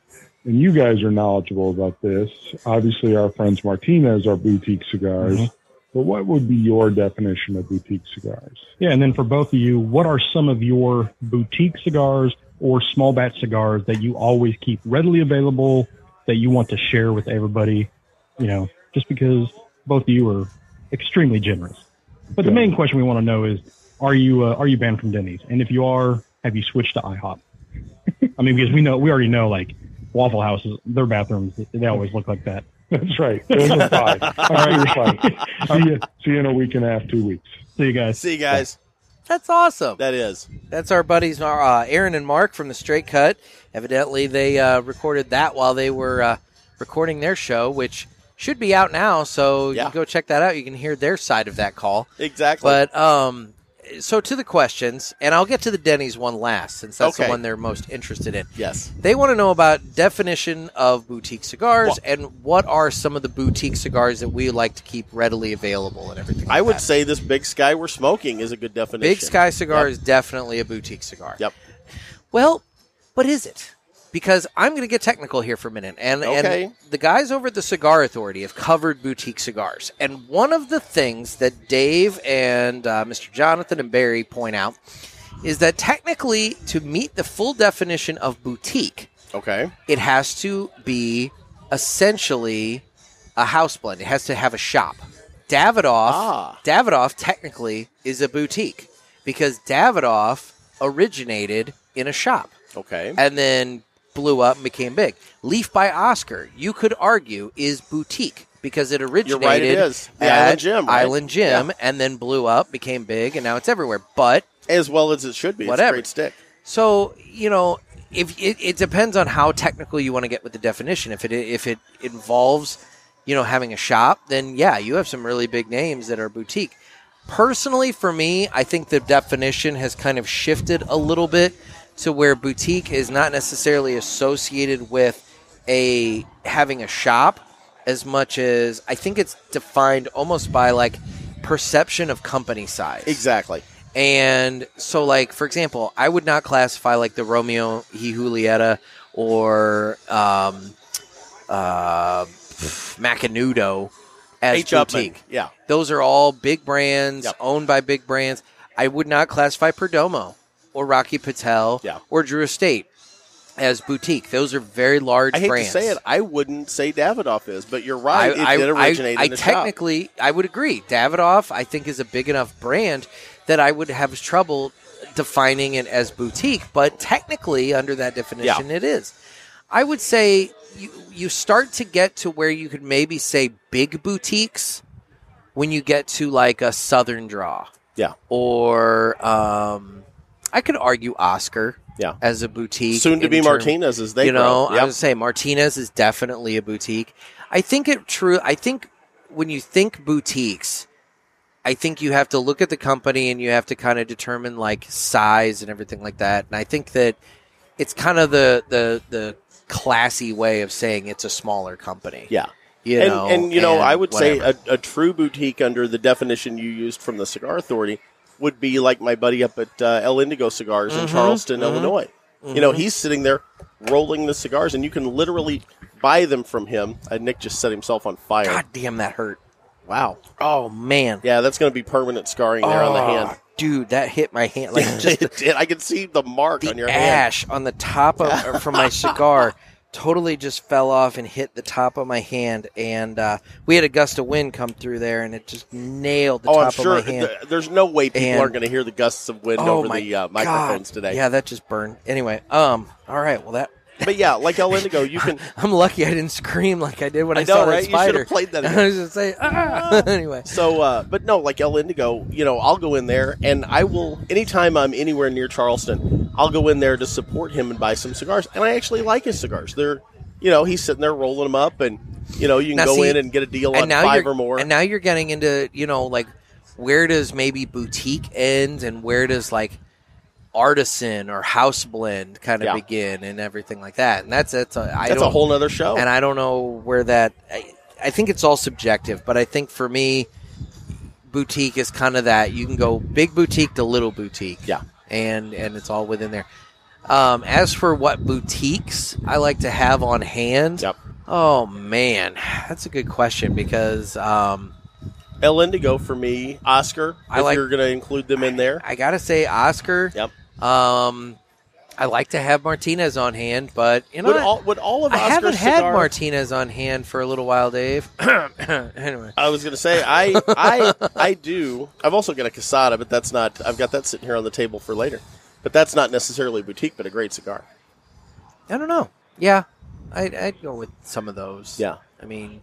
[SPEAKER 6] and you guys are knowledgeable about this. Obviously, our friends Martinez are boutique cigars,
[SPEAKER 5] Mhm.
[SPEAKER 6] but what would be your definition of boutique cigars?
[SPEAKER 5] Yeah, and then for both of you, what are some of your boutique cigars or small batch cigars that you always keep readily available that you want to share with everybody? You know, just because both of you are extremely generous. But the main question we want to know is: Are you uh, are you banned from Denny's? And if you are, have you switched to IHOP? I mean, because we know we already know like Waffle Houses, their bathrooms they always look like that.
[SPEAKER 6] That's right. Those are five. All right, five. See you, see you in a week and a half, two weeks.
[SPEAKER 5] So you guys,
[SPEAKER 2] See you guys.
[SPEAKER 1] That's awesome.
[SPEAKER 2] That is.
[SPEAKER 1] That's our buddies, uh, Aaron and Mark from the Straight Cut. Evidently, they uh, recorded that while they were uh, recording their show, which should be out now. So you
[SPEAKER 2] Yeah.
[SPEAKER 1] can go check that out. You can hear their side of that call.
[SPEAKER 2] Exactly.
[SPEAKER 1] But um, so to the questions, and I'll get to the Denny's one last, since that's
[SPEAKER 2] Okay.
[SPEAKER 1] the one they're most interested in.
[SPEAKER 2] yes.
[SPEAKER 1] They want to know about definition of boutique cigars
[SPEAKER 2] Well-
[SPEAKER 1] and what are some of the boutique cigars that we like to keep readily available and everything.
[SPEAKER 2] I
[SPEAKER 1] like
[SPEAKER 2] would
[SPEAKER 1] that.
[SPEAKER 2] say this Big Sky we're smoking is a good definition.
[SPEAKER 1] Big Sky cigar is definitely a boutique cigar.
[SPEAKER 2] Yep.
[SPEAKER 1] Well, but is it? Because I'm going to get technical here for a minute, and
[SPEAKER 2] Okay.
[SPEAKER 1] and the guys over at the Cigar Authority have covered boutique cigars, and one of the things that Dave and uh, Mr. Jonathan and Barry point out is that technically, to meet the full definition of boutique,
[SPEAKER 2] Okay.
[SPEAKER 1] it has to be essentially a house blend. It has to have a shop. Davidoff,
[SPEAKER 2] Ah.
[SPEAKER 1] Davidoff technically is a boutique because Davidoff originated in a shop
[SPEAKER 2] Okay.
[SPEAKER 1] and then blew up and became big. Leaf by Oscar, you could argue, is boutique because it
[SPEAKER 2] You're
[SPEAKER 1] originated
[SPEAKER 2] right. It is the
[SPEAKER 1] at
[SPEAKER 2] Island Gym. Right?
[SPEAKER 1] Island Gym and then blew up, became big, and now it's everywhere. But
[SPEAKER 2] as well as it should be.
[SPEAKER 1] Whatever.
[SPEAKER 2] It's a great stick.
[SPEAKER 1] so you know, if it, it depends on how technical you want to get with the definition. If it if it involves, you know, having a shop, then yeah, you have some really big names that are boutique. Personally, for me, I think the definition has kind of shifted a little bit to where boutique is not necessarily associated with a having a shop as much as I think it's defined almost by like perception of company size.
[SPEAKER 2] Exactly.
[SPEAKER 1] And so, like for example, I would not classify like the Romeo He Julieta or um, uh, Macanudo as
[SPEAKER 2] H
[SPEAKER 1] boutique.
[SPEAKER 2] Upman. Yeah.
[SPEAKER 1] Those are all big brands
[SPEAKER 2] Yep.
[SPEAKER 1] owned by big brands. I would not classify Perdomo or Rocky Patel
[SPEAKER 2] Yeah.
[SPEAKER 1] or Drew Estate as boutique. Those are very large
[SPEAKER 2] I hate
[SPEAKER 1] brands.
[SPEAKER 2] to say it. I wouldn't say Davidoff is, but you're right. it did originate
[SPEAKER 1] I,
[SPEAKER 2] in a shop.
[SPEAKER 1] technically, I would agree. Davidoff, I think, is a big enough brand that I would have trouble defining it as boutique, but technically, under that definition, it is. I would say you you start to get to where you could maybe say big boutiques when you get to like a Southern Draw,
[SPEAKER 2] Yeah.
[SPEAKER 1] or um, I could argue Oscar,
[SPEAKER 2] Yeah.
[SPEAKER 1] as a boutique,
[SPEAKER 2] Soon to
[SPEAKER 1] in
[SPEAKER 2] be
[SPEAKER 1] term-
[SPEAKER 2] Martinez as they
[SPEAKER 1] you know, I
[SPEAKER 2] grow. Yep.
[SPEAKER 1] was say Martinez is definitely a boutique. I think it true. I think when you think boutiques, I think you have to look at the company and you have to kind of determine like size and everything like that. And I think that it's kind of the the the classy way of saying it's a smaller company.
[SPEAKER 2] yeah.
[SPEAKER 1] You
[SPEAKER 2] and,
[SPEAKER 1] know,
[SPEAKER 2] and you know, I would
[SPEAKER 1] whatever.
[SPEAKER 2] say a, a true boutique under the definition you used from the Cigar Authority would be like my buddy up at uh, El Indigo Cigars in
[SPEAKER 1] Mhm,
[SPEAKER 2] Charleston,
[SPEAKER 1] mhm,
[SPEAKER 2] Illinois. You
[SPEAKER 1] Mm-hmm.
[SPEAKER 2] know, he's sitting there rolling the cigars, and you can literally buy them from him. Uh, Nick just set himself on fire.
[SPEAKER 1] Mm-hmm. God damn, that hurt.
[SPEAKER 2] Wow.
[SPEAKER 1] Oh man,
[SPEAKER 2] Yeah, that's going to be permanent scarring there on
[SPEAKER 1] Oh.
[SPEAKER 2] the hand.
[SPEAKER 1] dude, that hit my hand like just
[SPEAKER 2] it did. I can see the mark
[SPEAKER 1] the
[SPEAKER 2] on your hand.
[SPEAKER 1] ash on the top of or from my cigar totally just fell off and hit the top of my hand. And uh, we had a gust of wind come through there, and it just nailed the
[SPEAKER 2] oh, I'm
[SPEAKER 1] top
[SPEAKER 2] sure
[SPEAKER 1] of my hand.
[SPEAKER 2] th- there's no way people
[SPEAKER 1] And-
[SPEAKER 2] aren't going to hear the gusts of wind
[SPEAKER 1] Oh
[SPEAKER 2] over
[SPEAKER 1] my
[SPEAKER 2] the uh,
[SPEAKER 1] God.
[SPEAKER 2] microphones today.
[SPEAKER 1] Yeah, that just burned. Anyway, um, all right. Well, that
[SPEAKER 2] But yeah, like El Indigo, you can.
[SPEAKER 1] I'm lucky I didn't scream like I did when I,
[SPEAKER 2] I
[SPEAKER 1] saw
[SPEAKER 2] know,
[SPEAKER 1] that
[SPEAKER 2] right? You should
[SPEAKER 1] spider.
[SPEAKER 2] have played that.
[SPEAKER 1] I
[SPEAKER 2] again.
[SPEAKER 1] was just saying, ah! anyway.
[SPEAKER 2] So, uh, but no, like El Indigo, you know, I'll go in there and I will, anytime I'm anywhere near Charleston, I'll go in there to support him and buy some cigars. And I actually like his cigars. They're, you know, he's sitting there rolling them up and, you know, you can
[SPEAKER 1] Now,
[SPEAKER 2] go
[SPEAKER 1] see,
[SPEAKER 2] in and get a deal
[SPEAKER 1] and
[SPEAKER 2] on
[SPEAKER 1] now
[SPEAKER 2] five
[SPEAKER 1] you're
[SPEAKER 2] or more.
[SPEAKER 1] and now you're getting into you know like where does maybe boutique end and where does like artisan or house blend kind of
[SPEAKER 2] Yeah.
[SPEAKER 1] begin and everything like that and that's that's a, I
[SPEAKER 2] That's
[SPEAKER 1] don't,
[SPEAKER 2] a whole nother show.
[SPEAKER 1] and I don't know where that I, I think it's all subjective but I think for me boutique is kind of that you can go big boutique to little boutique
[SPEAKER 2] Yeah.
[SPEAKER 1] and and it's all within there um, as for what boutiques I like to have on hand
[SPEAKER 2] Yep.
[SPEAKER 1] Oh man, that's a good question because um,
[SPEAKER 2] El Indigo for me, Oscar,
[SPEAKER 1] I
[SPEAKER 2] if
[SPEAKER 1] like-
[SPEAKER 2] you're going to include them in there.
[SPEAKER 1] I gotta say Oscar.
[SPEAKER 2] Yep.
[SPEAKER 1] Um, I like to have Martinez on hand, but you know,
[SPEAKER 2] would,
[SPEAKER 1] what?
[SPEAKER 2] all, would all of
[SPEAKER 1] I haven't
[SPEAKER 2] Oscar's
[SPEAKER 1] had
[SPEAKER 2] cigars-
[SPEAKER 1] Martinez on hand for a little while, Dave. anyway,
[SPEAKER 2] I was gonna say I I I do. I've also got a Casada, but that's not. I've got that sitting here on the table for later. But that's not necessarily boutique, but a great cigar.
[SPEAKER 1] I don't know. Yeah, I'd, I'd go with some of those.
[SPEAKER 2] Yeah.
[SPEAKER 1] I mean,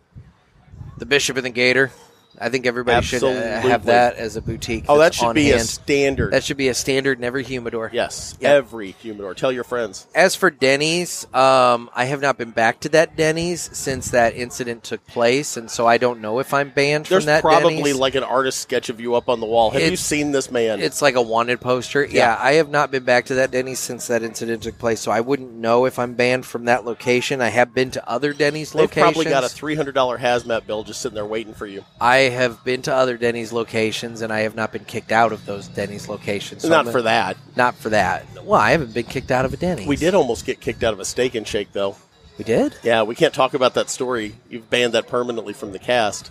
[SPEAKER 1] the Bishop and the Gator. I think everybody should uh, have
[SPEAKER 2] Absolutely.
[SPEAKER 1] that as a boutique.
[SPEAKER 2] Oh, that
[SPEAKER 1] that's
[SPEAKER 2] should
[SPEAKER 1] on
[SPEAKER 2] be a
[SPEAKER 1] hand.
[SPEAKER 2] standard.
[SPEAKER 1] that should be a standard in every humidor.
[SPEAKER 2] yes,
[SPEAKER 1] Yeah.
[SPEAKER 2] every humidor. Tell your friends.
[SPEAKER 1] as for Denny's, um, I have not been back to that Denny's since that incident took place, and so I don't know if I'm banned
[SPEAKER 2] There's
[SPEAKER 1] from that.
[SPEAKER 2] probably
[SPEAKER 1] Denny's.
[SPEAKER 2] like an artist sketch of you up on the wall. Have you
[SPEAKER 1] It's-
[SPEAKER 2] seen this man?
[SPEAKER 1] it's like a wanted poster. Yeah. I have not been back to that Denny's since that incident took place, so I wouldn't know if I'm banned from that location. I have been to other Denny's
[SPEAKER 2] They've
[SPEAKER 1] locations.
[SPEAKER 2] probably got a three hundred dollar hazmat bill just sitting there waiting for you.
[SPEAKER 1] I have been to other Denny's locations, and I have not been kicked out of those Denny's locations. So
[SPEAKER 2] not
[SPEAKER 1] I'm-
[SPEAKER 2] for that.
[SPEAKER 1] Not for that. Well, I haven't been kicked out of a Denny's.
[SPEAKER 2] We did almost get kicked out of a steak and shake though.
[SPEAKER 1] We did.
[SPEAKER 2] Yeah, we can't talk about that story. You've banned that permanently from the cast.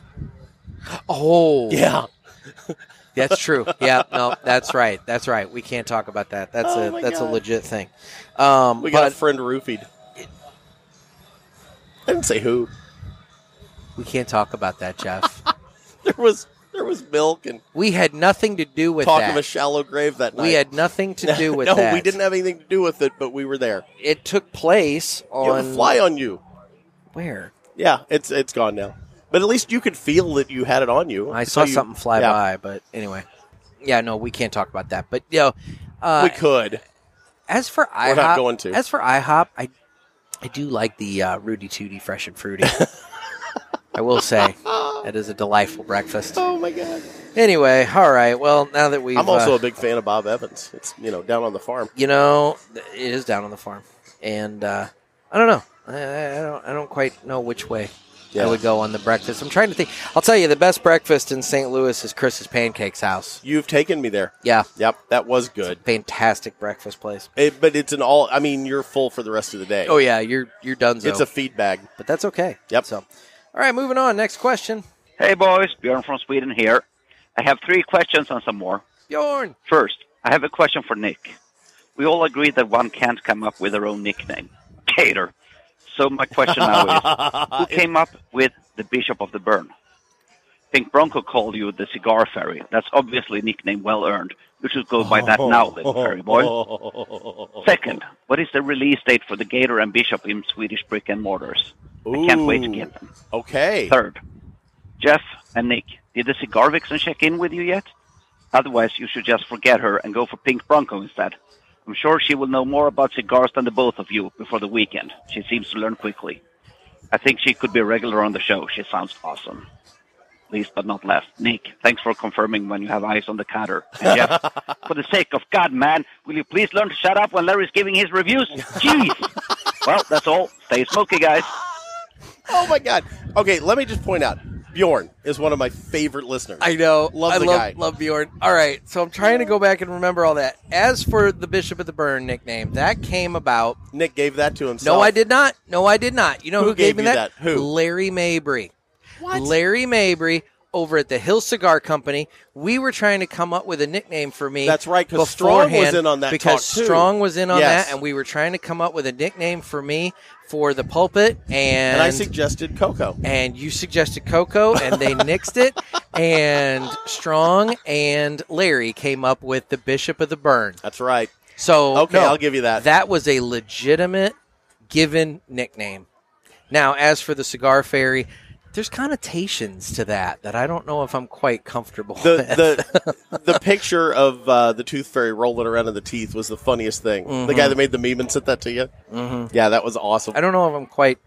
[SPEAKER 1] Oh,
[SPEAKER 2] Yeah.
[SPEAKER 1] That's true. Yeah, no, that's right. That's right. We can't talk about that. That's
[SPEAKER 2] Oh
[SPEAKER 1] a
[SPEAKER 2] my
[SPEAKER 1] that's a
[SPEAKER 2] God.
[SPEAKER 1] legit thing. Um,
[SPEAKER 2] We got
[SPEAKER 1] but
[SPEAKER 2] a friend roofied. I didn't say who.
[SPEAKER 1] we can't talk about that, Jeff.
[SPEAKER 2] There was there was milk and
[SPEAKER 1] we had nothing to do with
[SPEAKER 2] talk
[SPEAKER 1] that.
[SPEAKER 2] of a shallow grave that night.
[SPEAKER 1] we had nothing to do with
[SPEAKER 2] no,
[SPEAKER 1] that.
[SPEAKER 2] we didn't have anything to do with it, but we were there.
[SPEAKER 1] It took place
[SPEAKER 2] You had a
[SPEAKER 1] on
[SPEAKER 2] fly on you.
[SPEAKER 1] where
[SPEAKER 2] Yeah, it's it's gone now. But at least you could feel that you had it on you.
[SPEAKER 1] I
[SPEAKER 2] So
[SPEAKER 1] saw
[SPEAKER 2] you-
[SPEAKER 1] something fly
[SPEAKER 2] yeah.
[SPEAKER 1] by, but anyway, yeah, no, we can't talk about that. But you know,
[SPEAKER 2] We
[SPEAKER 1] uh,
[SPEAKER 2] could.
[SPEAKER 1] as for IHOP,
[SPEAKER 2] We're not going to.
[SPEAKER 1] as for IHOP, I I do like the uh, Rudy Tooty Fresh and Fruity. I will say that is a delightful breakfast.
[SPEAKER 2] Oh my god!
[SPEAKER 1] Anyway, all right. Well, now that we've
[SPEAKER 2] I'm also
[SPEAKER 1] uh,
[SPEAKER 2] a big fan of Bob Evans. It's you know down on the farm.
[SPEAKER 1] you know, th- it is down on the farm, and uh, I don't know. I, I I don't. I don't quite know which way I
[SPEAKER 2] Yeah.
[SPEAKER 1] would go on the breakfast. I'm trying to think. I'll tell you, the best breakfast in St. Louis is Chris's Pancakes House.
[SPEAKER 2] You've taken me there.
[SPEAKER 1] Yeah,
[SPEAKER 2] Yep, that was good.
[SPEAKER 1] fantastic breakfast place.
[SPEAKER 2] It, but it's an all. I mean, you're full for the rest of the day.
[SPEAKER 1] Oh yeah, you're you're done.
[SPEAKER 2] it's a feed bag.
[SPEAKER 1] but that's okay.
[SPEAKER 2] Yep.
[SPEAKER 1] So, all right, moving on. Next question,
[SPEAKER 7] Hey, boys. Bjorn from Sweden here. I have three questions and some more.
[SPEAKER 1] Bjorn.
[SPEAKER 7] First, I have a question for Nick. We all agree that one can't come up with their own nickname, Gator. So my question now is,
[SPEAKER 2] Uh,
[SPEAKER 7] who came up with the Bishop of the Burn? Think Bronco called you the Cigar Fairy. That's obviously a nickname well earned. You should go by that now, little fairy boy. Second, what is the release date for the Gator and Bishop in Swedish brick and mortars? I can't wait to
[SPEAKER 2] Ooh.
[SPEAKER 7] get them.
[SPEAKER 2] Okay.
[SPEAKER 7] Third, Jeff and Nick, did the cigar vixen check in with you yet? Otherwise, you should just forget her and go for Pink Bronco instead. I'm sure she will know more about cigars than the both of you before the weekend. She seems to learn quickly. I think she could be a regular on the show. She sounds awesome. Least but not last, Nick, thanks for confirming when you have eyes on the cutter. And Jeff, for the sake of God, man, will you please learn to shut up when Larry's giving his reviews? Jeez! well, that's all. Stay smoky, guys.
[SPEAKER 2] Oh my god. Okay, let me just point out. Bjorn is one of my favorite listeners.
[SPEAKER 1] I know.
[SPEAKER 2] Love
[SPEAKER 1] I
[SPEAKER 2] the
[SPEAKER 1] love,
[SPEAKER 2] guy.
[SPEAKER 1] Love Bjorn. All right. So I'm trying to go back and remember all that. As for the Bishop of the Burn nickname, that came about.
[SPEAKER 2] Nick gave that to
[SPEAKER 1] No,
[SPEAKER 2] himself.
[SPEAKER 1] I did not. No, I did not. You know who,
[SPEAKER 2] Who
[SPEAKER 1] gave,
[SPEAKER 2] gave
[SPEAKER 1] me
[SPEAKER 2] you
[SPEAKER 1] that?
[SPEAKER 2] that? Who?
[SPEAKER 1] Larry Mabry. Larry Mabry over at the Hill Cigar Company, we were trying to come up with a nickname for me.
[SPEAKER 2] That's right, 'cause Strong was
[SPEAKER 1] beforehand
[SPEAKER 2] in on that
[SPEAKER 1] because
[SPEAKER 2] talk, too.
[SPEAKER 1] Strong was in on
[SPEAKER 2] Yes.
[SPEAKER 1] that, and we were trying to come up with a nickname for me for the pulpit. And
[SPEAKER 2] and I suggested Coco.
[SPEAKER 1] and you suggested Coco, and they nixed it. And Strong and Larry came up with the Bishop of the Burn.
[SPEAKER 2] That's right.
[SPEAKER 1] So
[SPEAKER 2] Okay,
[SPEAKER 1] no,
[SPEAKER 2] I'll give you that.
[SPEAKER 1] that was a legitimate given nickname. Now, as for the cigar fairy, there's connotations to that that I don't know if I'm quite comfortable with.
[SPEAKER 2] the the the picture of uh, the tooth fairy rolling around in the teeth was the funniest thing. The guy that made the meme and sent that to you. Mm-hmm. Yeah, that was awesome.
[SPEAKER 1] Mm-hmm. I don't know if I'm quite.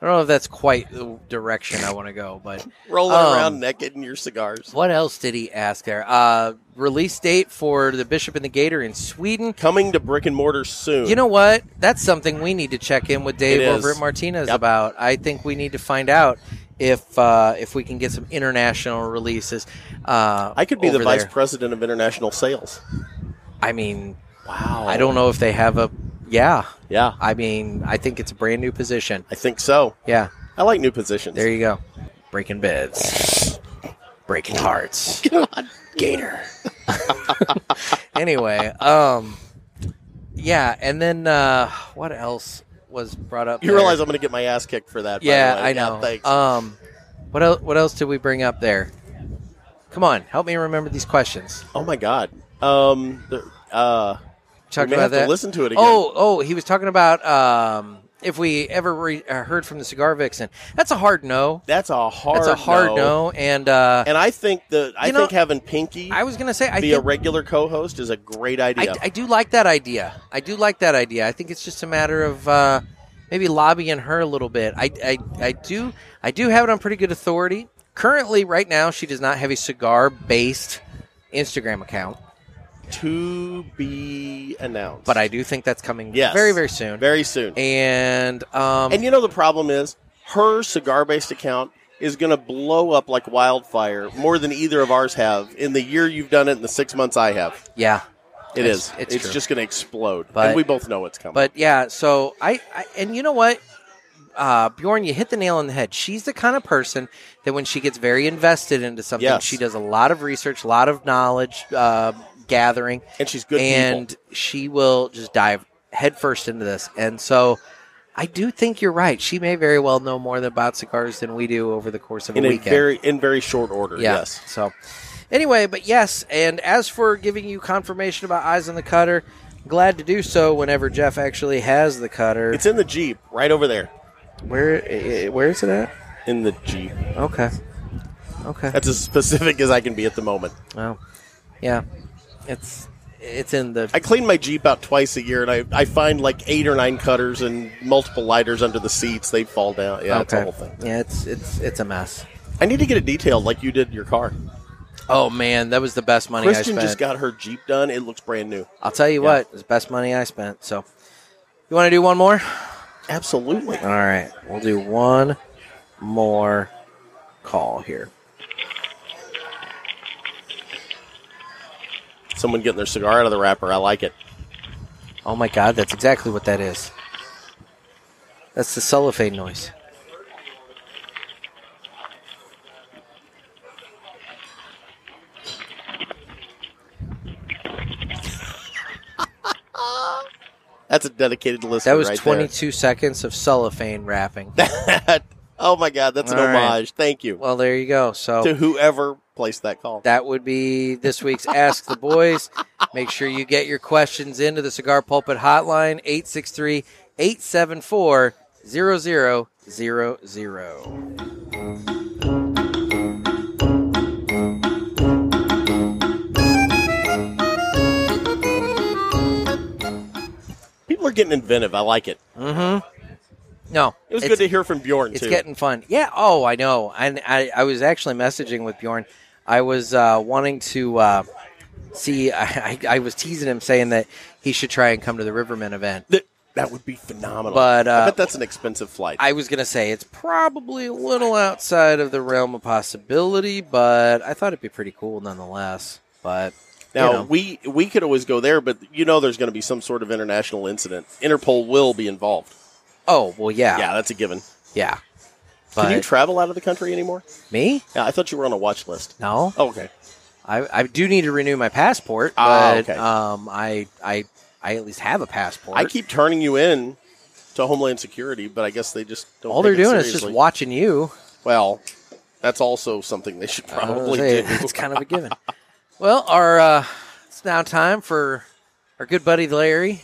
[SPEAKER 1] I don't know if that's quite the direction I want to go, but
[SPEAKER 2] Rolling
[SPEAKER 1] Um,
[SPEAKER 2] around naked in your cigars.
[SPEAKER 1] what else did he ask there? Uh, release date for the Bishop and the Gator in Sweden.
[SPEAKER 2] Coming to brick and mortar soon.
[SPEAKER 1] You know what? That's something we need to check in with Dave
[SPEAKER 2] It
[SPEAKER 1] over
[SPEAKER 2] is.
[SPEAKER 1] at Martinez
[SPEAKER 2] Yep.
[SPEAKER 1] about. I think we need to find out if uh, if we can get some international releases. Uh,
[SPEAKER 2] I could be the
[SPEAKER 1] over
[SPEAKER 2] vice
[SPEAKER 1] there.
[SPEAKER 2] president of international sales.
[SPEAKER 1] I mean,
[SPEAKER 2] Wow.
[SPEAKER 1] I don't know if they have a. Yeah,
[SPEAKER 2] Yeah,
[SPEAKER 1] I mean, I think it's a brand new position.
[SPEAKER 2] I think so.
[SPEAKER 1] Yeah,
[SPEAKER 2] I like new positions.
[SPEAKER 1] there you go. Breaking beds, breaking hearts. Gator. anyway, um, yeah, and then uh, what else was brought up?
[SPEAKER 2] You
[SPEAKER 1] there?
[SPEAKER 2] realize I'm going to get my ass kicked for that.
[SPEAKER 1] Yeah,
[SPEAKER 2] by the way.
[SPEAKER 1] I know.
[SPEAKER 2] thanks.
[SPEAKER 1] um, what else? What else did we bring up there? Come on, help me remember these questions.
[SPEAKER 2] oh my god. Um, the, uh,
[SPEAKER 1] Talked
[SPEAKER 2] we may
[SPEAKER 1] about
[SPEAKER 2] have
[SPEAKER 1] that.
[SPEAKER 2] to listen to it again.
[SPEAKER 1] oh, oh, he was talking about um, if we ever re- uh, heard from the cigar vixen. That's a hard no.
[SPEAKER 2] that's a hard.
[SPEAKER 1] That's a hard
[SPEAKER 2] no.
[SPEAKER 1] no. And uh,
[SPEAKER 2] And I think the I
[SPEAKER 1] You know,
[SPEAKER 2] think having Pinky
[SPEAKER 1] I was gonna say I
[SPEAKER 2] be
[SPEAKER 1] think
[SPEAKER 2] a regular co-host is a great
[SPEAKER 1] I,
[SPEAKER 2] idea.
[SPEAKER 1] I do like that idea. I do like that idea. I think it's just a matter of uh, maybe lobbying her a little bit. I, I, I do I do have it on pretty good authority. Currently, right now, she does not have a cigar based Instagram account,
[SPEAKER 2] to be announced,
[SPEAKER 1] but I do think that's coming
[SPEAKER 2] Yes.
[SPEAKER 1] very very soon.
[SPEAKER 2] very soon.
[SPEAKER 1] and um,
[SPEAKER 2] And you know the problem is her cigar-based account is going to blow up like wildfire more than either of ours have in the year you've done it and the six months I have.
[SPEAKER 1] yeah,
[SPEAKER 2] It
[SPEAKER 1] It's-
[SPEAKER 2] is.
[SPEAKER 1] it's true.
[SPEAKER 2] just going to explode,
[SPEAKER 1] But-
[SPEAKER 2] and we both know it's coming.
[SPEAKER 1] But yeah, so I, I and you know what, uh, Bjorn, you hit the nail on the head. She's the kind of person that when she gets very invested into something,
[SPEAKER 2] Yes.
[SPEAKER 1] she does a lot of research, a lot of knowledge uh, gathering,
[SPEAKER 2] and she's good
[SPEAKER 1] and
[SPEAKER 2] people.
[SPEAKER 1] she will just dive headfirst into this. And so. I do think you're right. She may very well know more about cigars than we do over the course of
[SPEAKER 2] in
[SPEAKER 1] a
[SPEAKER 2] a
[SPEAKER 1] weekend.
[SPEAKER 2] very in very short order.
[SPEAKER 1] Yeah.
[SPEAKER 2] Yes.
[SPEAKER 1] So, anyway, but yes, and as for giving you confirmation about eyes on the cutter, glad to do so whenever Jeff actually has the cutter.
[SPEAKER 2] It's in the Jeep right over there.
[SPEAKER 1] where eh, where is it at?
[SPEAKER 2] In the Jeep.
[SPEAKER 1] Okay. Okay.
[SPEAKER 2] That's as specific as I can be at the moment.
[SPEAKER 1] Well, yeah. It's it's in the
[SPEAKER 2] I clean my Jeep out twice a year and I, I find like eight or nine cutters and multiple lighters under the seats. They fall down. Yeah, it's a whole thing.
[SPEAKER 1] Yeah, it's it's it's a mess.
[SPEAKER 2] I need to get it detailed like you did your car.
[SPEAKER 1] Oh man, that was the best money I
[SPEAKER 2] Kristen
[SPEAKER 1] spent.
[SPEAKER 2] just got her Jeep done. It looks brand new.
[SPEAKER 1] I'll tell you
[SPEAKER 2] Yeah.
[SPEAKER 1] what, it's the best money I spent. So, you want to do one more?
[SPEAKER 2] Absolutely.
[SPEAKER 1] All right, we'll do one more call here.
[SPEAKER 2] Someone getting their cigar out of the wrapper. I like it.
[SPEAKER 1] Oh my god, that's exactly what that is. That's the cellophane noise.
[SPEAKER 2] That's a dedicated listener.
[SPEAKER 1] That was
[SPEAKER 2] right
[SPEAKER 1] 22 seconds of cellophane wrapping.
[SPEAKER 2] There. oh my God. That's an
[SPEAKER 1] All right.
[SPEAKER 2] homage. Thank you
[SPEAKER 1] well, there you go. So
[SPEAKER 2] to whoever placed that call.
[SPEAKER 1] that would be this week's Ask the Boys. Make sure you get your questions into the Cigar Pulpit Hotline 863 874 0000.
[SPEAKER 2] People are getting inventive. I like it.
[SPEAKER 1] Mm-hmm. No.
[SPEAKER 2] It was
[SPEAKER 1] it's-
[SPEAKER 2] good to hear from Bjorn,
[SPEAKER 1] It's
[SPEAKER 2] too.
[SPEAKER 1] getting fun. Yeah. Oh, I know. And I, I was actually messaging with Bjorn. I was uh, wanting to uh, see. I, I, I was teasing him, saying that he should try and come to the Riverman event.
[SPEAKER 2] that, that would be phenomenal.
[SPEAKER 1] But, uh,
[SPEAKER 2] I bet that's an expensive flight.
[SPEAKER 1] I was gonna say it's probably a little outside of the realm of possibility, but I thought it'd be pretty cool nonetheless. But
[SPEAKER 2] Now
[SPEAKER 1] you know.
[SPEAKER 2] we we could always go there, but you know there's going to be some sort of international incident. Interpol will be involved.
[SPEAKER 1] oh well, yeah,
[SPEAKER 2] Yeah, that's a given.
[SPEAKER 1] yeah. But
[SPEAKER 2] Can you travel out of the country anymore?
[SPEAKER 1] me?
[SPEAKER 2] Yeah, I thought you were on a watch list.
[SPEAKER 1] No.
[SPEAKER 2] Oh, okay.
[SPEAKER 1] I, I do need to renew my passport,
[SPEAKER 2] Ah,
[SPEAKER 1] but
[SPEAKER 2] okay.
[SPEAKER 1] um, I I I at least have a passport.
[SPEAKER 2] I keep turning you in to Homeland Security, but I guess they just don't.
[SPEAKER 1] All they're
[SPEAKER 2] take it
[SPEAKER 1] doing is just
[SPEAKER 2] seriously.
[SPEAKER 1] watching you.
[SPEAKER 2] Well, that's also something they should
[SPEAKER 1] I was gonna
[SPEAKER 2] probably
[SPEAKER 1] say,
[SPEAKER 2] do.
[SPEAKER 1] It's kind of a given. well, our uh, it's now time for our good buddy Larry.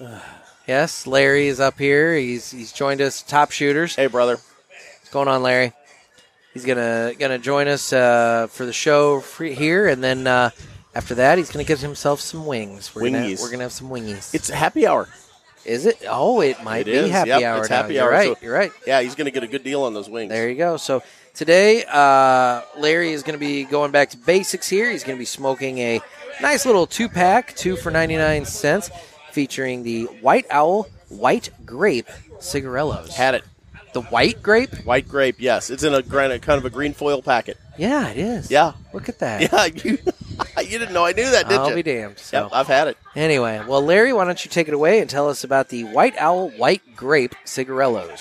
[SPEAKER 1] Yes, Larry is up here. He's he's joined us, top shooters.
[SPEAKER 2] hey, brother.
[SPEAKER 1] What's going on, Larry? He's gonna gonna join us uh, for the show free- here, and then uh, after that, he's gonna give himself some wings. We're gonna,
[SPEAKER 2] Wingies.
[SPEAKER 1] we're gonna have some wingies.
[SPEAKER 2] It's happy hour.
[SPEAKER 1] Is it? Oh, it might
[SPEAKER 2] It
[SPEAKER 1] be
[SPEAKER 2] is.
[SPEAKER 1] happy
[SPEAKER 2] Yep,
[SPEAKER 1] hour.
[SPEAKER 2] it's
[SPEAKER 1] now.
[SPEAKER 2] happy
[SPEAKER 1] you're
[SPEAKER 2] hour,
[SPEAKER 1] right.
[SPEAKER 2] so-
[SPEAKER 1] you're right.
[SPEAKER 2] Yeah, he's going to get a good deal on those wings.
[SPEAKER 1] There you go. So today, uh, Larry is going to be going back to basics here. He's going to be smoking a nice little two pack, two for 99 cents, featuring the White Owl White Grape Cigarellos.
[SPEAKER 2] Had it.
[SPEAKER 1] the white grape?
[SPEAKER 2] White grape. Yes, it's in a gran- kind of a green foil packet.
[SPEAKER 1] Yeah, it is.
[SPEAKER 2] Yeah.
[SPEAKER 1] Look at that.
[SPEAKER 2] Yeah, you, you didn't know I knew that, did
[SPEAKER 1] I'll
[SPEAKER 2] you?
[SPEAKER 1] be damned. So.
[SPEAKER 2] Yep, I've had it.
[SPEAKER 1] Anyway, well, Larry, why don't you take it away and tell us about the White Owl White Grape Cigarellos?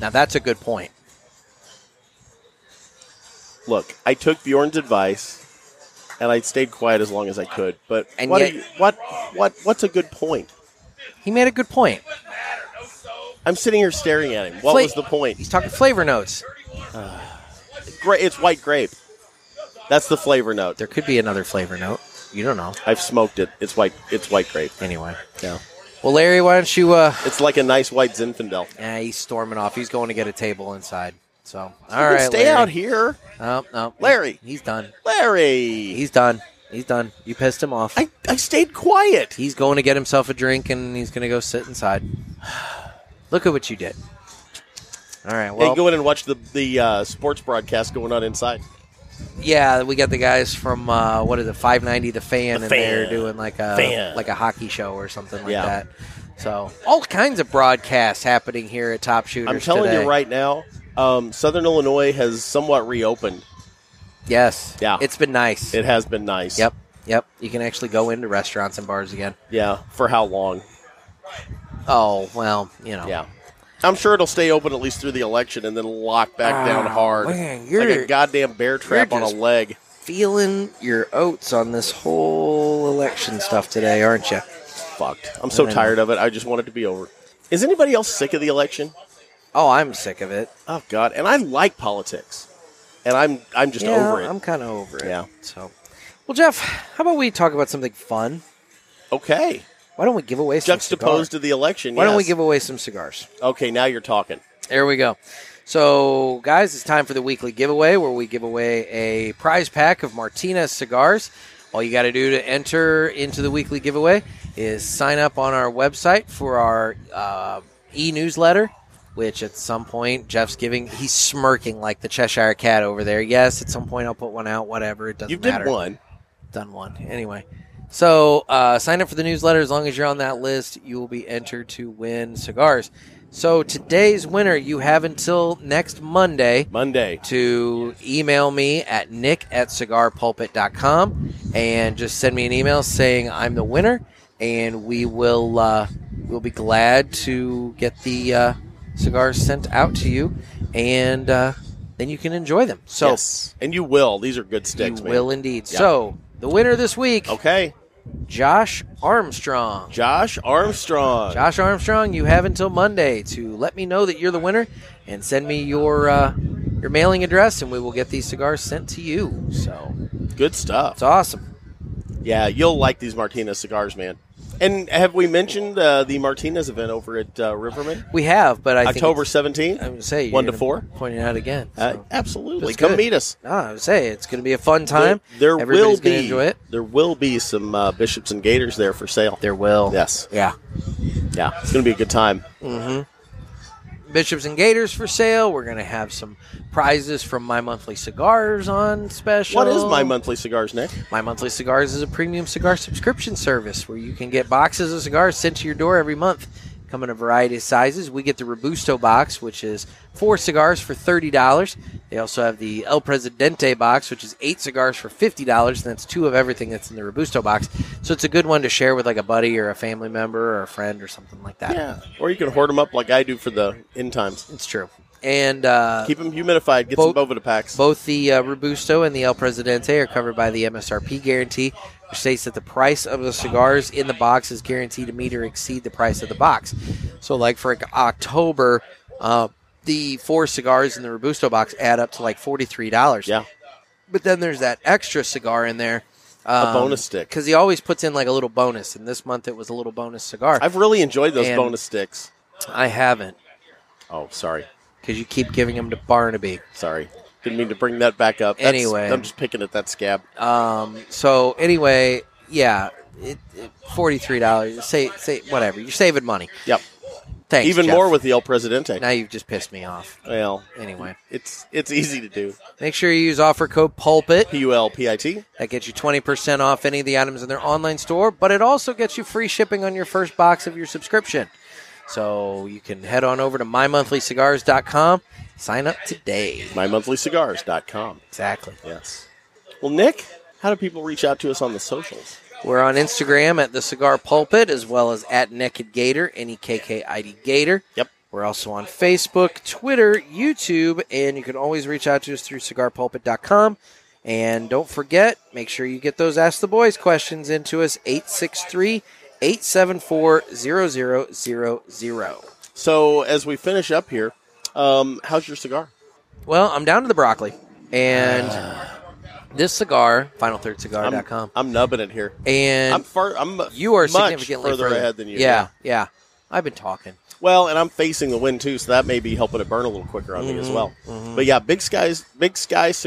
[SPEAKER 1] Now that's a good point.
[SPEAKER 2] Look, I took Bjorn's advice, and I stayed quiet as long as I could. But
[SPEAKER 1] And
[SPEAKER 2] what,
[SPEAKER 1] yet-
[SPEAKER 2] are you, what, what, what's a good point?
[SPEAKER 1] He made a good point.
[SPEAKER 2] I'm sitting here staring at him. What
[SPEAKER 1] Fla-
[SPEAKER 2] was the point?
[SPEAKER 1] He's talking flavor notes.
[SPEAKER 2] Gra- it's white grape. That's the flavor note.
[SPEAKER 1] There could be another flavor note. You don't know.
[SPEAKER 2] I've smoked it. It's white. It's white grape.
[SPEAKER 1] Anyway.
[SPEAKER 2] Yeah.
[SPEAKER 1] Well, Larry, why don't you? Uh,
[SPEAKER 2] It's like a nice white Zinfandel.
[SPEAKER 1] eh, he's storming off. He's going to get a table inside. So, all
[SPEAKER 2] You
[SPEAKER 1] right,
[SPEAKER 2] can stay
[SPEAKER 1] Larry.
[SPEAKER 2] out here,
[SPEAKER 1] No, no,
[SPEAKER 2] Larry.
[SPEAKER 1] He's done.
[SPEAKER 2] Larry.
[SPEAKER 1] He's done. He's done. You pissed him off.
[SPEAKER 2] I, I stayed quiet.
[SPEAKER 1] He's going to get himself a drink and he's going to go sit inside. Look at what you did. All right. Well,
[SPEAKER 2] hey, go in and watch the the uh, sports broadcast going on inside.
[SPEAKER 1] yeah, we got the guys from uh, what is it, 590 The Fan,
[SPEAKER 2] The
[SPEAKER 1] and they're
[SPEAKER 2] Fan.
[SPEAKER 1] doing like a
[SPEAKER 2] Fan.
[SPEAKER 1] like a hockey show or something like
[SPEAKER 2] Yeah.
[SPEAKER 1] that. So all kinds of broadcasts happening here at Top Shooters.
[SPEAKER 2] I'm telling
[SPEAKER 1] today.
[SPEAKER 2] you right now, um, Southern Illinois has somewhat reopened.
[SPEAKER 1] Yes.
[SPEAKER 2] Yeah.
[SPEAKER 1] It's been nice.
[SPEAKER 2] It has been nice.
[SPEAKER 1] yep. Yep. You can actually go into restaurants and bars again.
[SPEAKER 2] Yeah. For how long?
[SPEAKER 1] Oh well, you know.
[SPEAKER 2] Yeah. I'm sure it'll stay open at least through the election and then lock back down
[SPEAKER 1] Ah,
[SPEAKER 2] hard.
[SPEAKER 1] man,
[SPEAKER 2] like
[SPEAKER 1] you're-
[SPEAKER 2] a goddamn bear trap
[SPEAKER 1] you're
[SPEAKER 2] on a
[SPEAKER 1] just-
[SPEAKER 2] leg.
[SPEAKER 1] feeling your oats on this whole election stuff today, aren't you?
[SPEAKER 2] Fucked. I'm so
[SPEAKER 1] I know.
[SPEAKER 2] tired of it. I just want it to be over. Is anybody else sick of the election?
[SPEAKER 1] Oh, I'm sick of it.
[SPEAKER 2] Oh God. And I like politics. And I'm I'm just
[SPEAKER 1] yeah,
[SPEAKER 2] over it.
[SPEAKER 1] I'm kind of over it.
[SPEAKER 2] Yeah.
[SPEAKER 1] So, well, Jeff, how about we talk about something fun?
[SPEAKER 2] Okay.
[SPEAKER 1] Why don't we give away some
[SPEAKER 2] Juxtaposed
[SPEAKER 1] cigars?
[SPEAKER 2] to the election.
[SPEAKER 1] Why don't we
[SPEAKER 2] yes.
[SPEAKER 1] give away some cigars?
[SPEAKER 2] Okay, now you're talking.
[SPEAKER 1] There we go. So, guys, it's time for the weekly giveaway where we give away a prize pack of Martinez cigars. All you got to do to enter into the weekly giveaway is sign up on our website for our uh, e newsletter, which at some point Jeff's giving. He's smirking like the Cheshire Cat over there. Yes, at some point I'll put one out, whatever. It doesn't
[SPEAKER 2] You
[SPEAKER 1] matter
[SPEAKER 2] did one.
[SPEAKER 1] done one anyway so uh, sign up for the newsletter as long as you're on that list you will be entered to win cigars so today's winner you have until next monday
[SPEAKER 2] Monday.
[SPEAKER 1] to email me at nick at cigarpulpit.com and just send me an email saying i'm the winner and we will uh, we'll be glad to get the uh, cigars sent out to you and uh, then you can enjoy them so
[SPEAKER 2] yes. And you will. These are good
[SPEAKER 1] you
[SPEAKER 2] sticks, man.
[SPEAKER 1] will indeed
[SPEAKER 2] Yeah.
[SPEAKER 1] so the winner this week
[SPEAKER 2] Okay.
[SPEAKER 1] Josh Armstrong.
[SPEAKER 2] Josh Armstrong.
[SPEAKER 1] Josh Armstrong, you have until Monday to let me know that you're the winner and send me your uh, your mailing address, and we will get these cigars sent to you. So
[SPEAKER 2] Good stuff.
[SPEAKER 1] it's awesome.
[SPEAKER 2] Yeah, you'll like these Martinez cigars, man. And have we mentioned uh, the Martinez event over at uh, Riverman?
[SPEAKER 1] We have, but I
[SPEAKER 2] October
[SPEAKER 1] think
[SPEAKER 2] 17th?
[SPEAKER 1] it's- I'm gonna say you're
[SPEAKER 2] one to
[SPEAKER 1] gonna
[SPEAKER 2] four?
[SPEAKER 1] Point it out again. So.
[SPEAKER 2] Uh, absolutely.
[SPEAKER 1] That's
[SPEAKER 2] Come
[SPEAKER 1] good.
[SPEAKER 2] meet us.
[SPEAKER 1] no, I would say it's going to be a fun time.
[SPEAKER 2] There, there
[SPEAKER 1] Everybody's
[SPEAKER 2] will
[SPEAKER 1] gonna
[SPEAKER 2] be
[SPEAKER 1] enjoy it.
[SPEAKER 2] there will be some uh, bishops and gators there for sale.
[SPEAKER 1] There will.
[SPEAKER 2] Yes.
[SPEAKER 1] Yeah.
[SPEAKER 2] Yeah. It's going to be a good time.
[SPEAKER 1] Mm-hmm. Bishops and Gators for sale. We're going to have some prizes from My Monthly Cigars on special.
[SPEAKER 2] What is my monthly cigars, Nick?
[SPEAKER 1] My Monthly Cigars is a premium cigar subscription service where you can get boxes of cigars sent to your door every month. come in a variety of sizes. We get the Robusto box, which is four cigars for $30. They also have the El Presidente box, which is eight cigars for $50, and that's two of everything that's in the Robusto box. So it's a good one to share with like a buddy or a family member or a friend or something like that.
[SPEAKER 2] Yeah. Or you can hoard them up like I do for the end times.
[SPEAKER 1] It's true. And uh,
[SPEAKER 2] Keep them humidified. Get
[SPEAKER 1] Bo-
[SPEAKER 2] some Bovita packs.
[SPEAKER 1] both the uh, Robusto and the El Presidente are covered by the MSRP guarantee, which states that the price of the cigars in the box is guaranteed to meet or exceed the price of the box. So, like for October, uh, the four cigars in the Robusto box add up to like forty-three dollars.
[SPEAKER 2] Yeah.
[SPEAKER 1] But then there's that extra cigar in there.
[SPEAKER 2] a
[SPEAKER 1] um,
[SPEAKER 2] bonus stick.
[SPEAKER 1] Because he always puts in like a little bonus, and this month it was a little bonus cigar. I've,
[SPEAKER 2] I've really enjoyed those
[SPEAKER 1] And-
[SPEAKER 2] bonus sticks.
[SPEAKER 1] I have not
[SPEAKER 2] Oh, sorry.
[SPEAKER 1] because you keep giving them to Barnaby.
[SPEAKER 2] Sorry. Didn't mean to bring that back up. That's-
[SPEAKER 1] Anyway.
[SPEAKER 2] I'm just picking at that scab.
[SPEAKER 1] Um, so anyway, yeah, it, it, forty-three dollars. Say, say whatever. You're saving money.
[SPEAKER 2] Yep.
[SPEAKER 1] Thanks.
[SPEAKER 2] Even
[SPEAKER 1] Jeff.
[SPEAKER 2] more with the El Presidente.
[SPEAKER 1] Now you've just pissed me off.
[SPEAKER 2] Well,
[SPEAKER 1] Anyway,
[SPEAKER 2] it's it's easy to do.
[SPEAKER 1] make sure you use offer code Pulpit.
[SPEAKER 2] P U L P I T.
[SPEAKER 1] That gets you twenty percent off any of the items in their online store, but it also gets you free shipping on your first box of your subscription. So you can head on over to mymonthlycigars.com. Sign up today.
[SPEAKER 2] MyMonthlyCigars.com.
[SPEAKER 1] Exactly.
[SPEAKER 2] Yes. Well, Nick, how do people reach out to us on the socials?
[SPEAKER 1] We're on Instagram at the Cigar Pulpit as well as at Naked Gator, N E K K I D Gator.
[SPEAKER 2] Yep.
[SPEAKER 1] We're also on Facebook, Twitter, YouTube, and you can always reach out to us through cigarpulpit.com. And don't forget, make sure you get those Ask the Boys questions into us 863 874 0000.
[SPEAKER 2] So as we finish up here, um, how's your cigar?
[SPEAKER 1] Well, I'm down to the broccoli. And this cigar,
[SPEAKER 2] I'm,
[SPEAKER 1] finalthirdcigar.com.
[SPEAKER 2] I'm nubbing it here.
[SPEAKER 1] And
[SPEAKER 2] I'm far. I'm
[SPEAKER 1] you are
[SPEAKER 2] much
[SPEAKER 1] significantly
[SPEAKER 2] further, ahead than you.
[SPEAKER 1] Yeah, yeah. I've been talking.
[SPEAKER 2] Well, and I'm facing the wind too, so that may be helping it burn a little quicker on
[SPEAKER 1] Mm-hmm.
[SPEAKER 2] me as well. But yeah, Big Sky's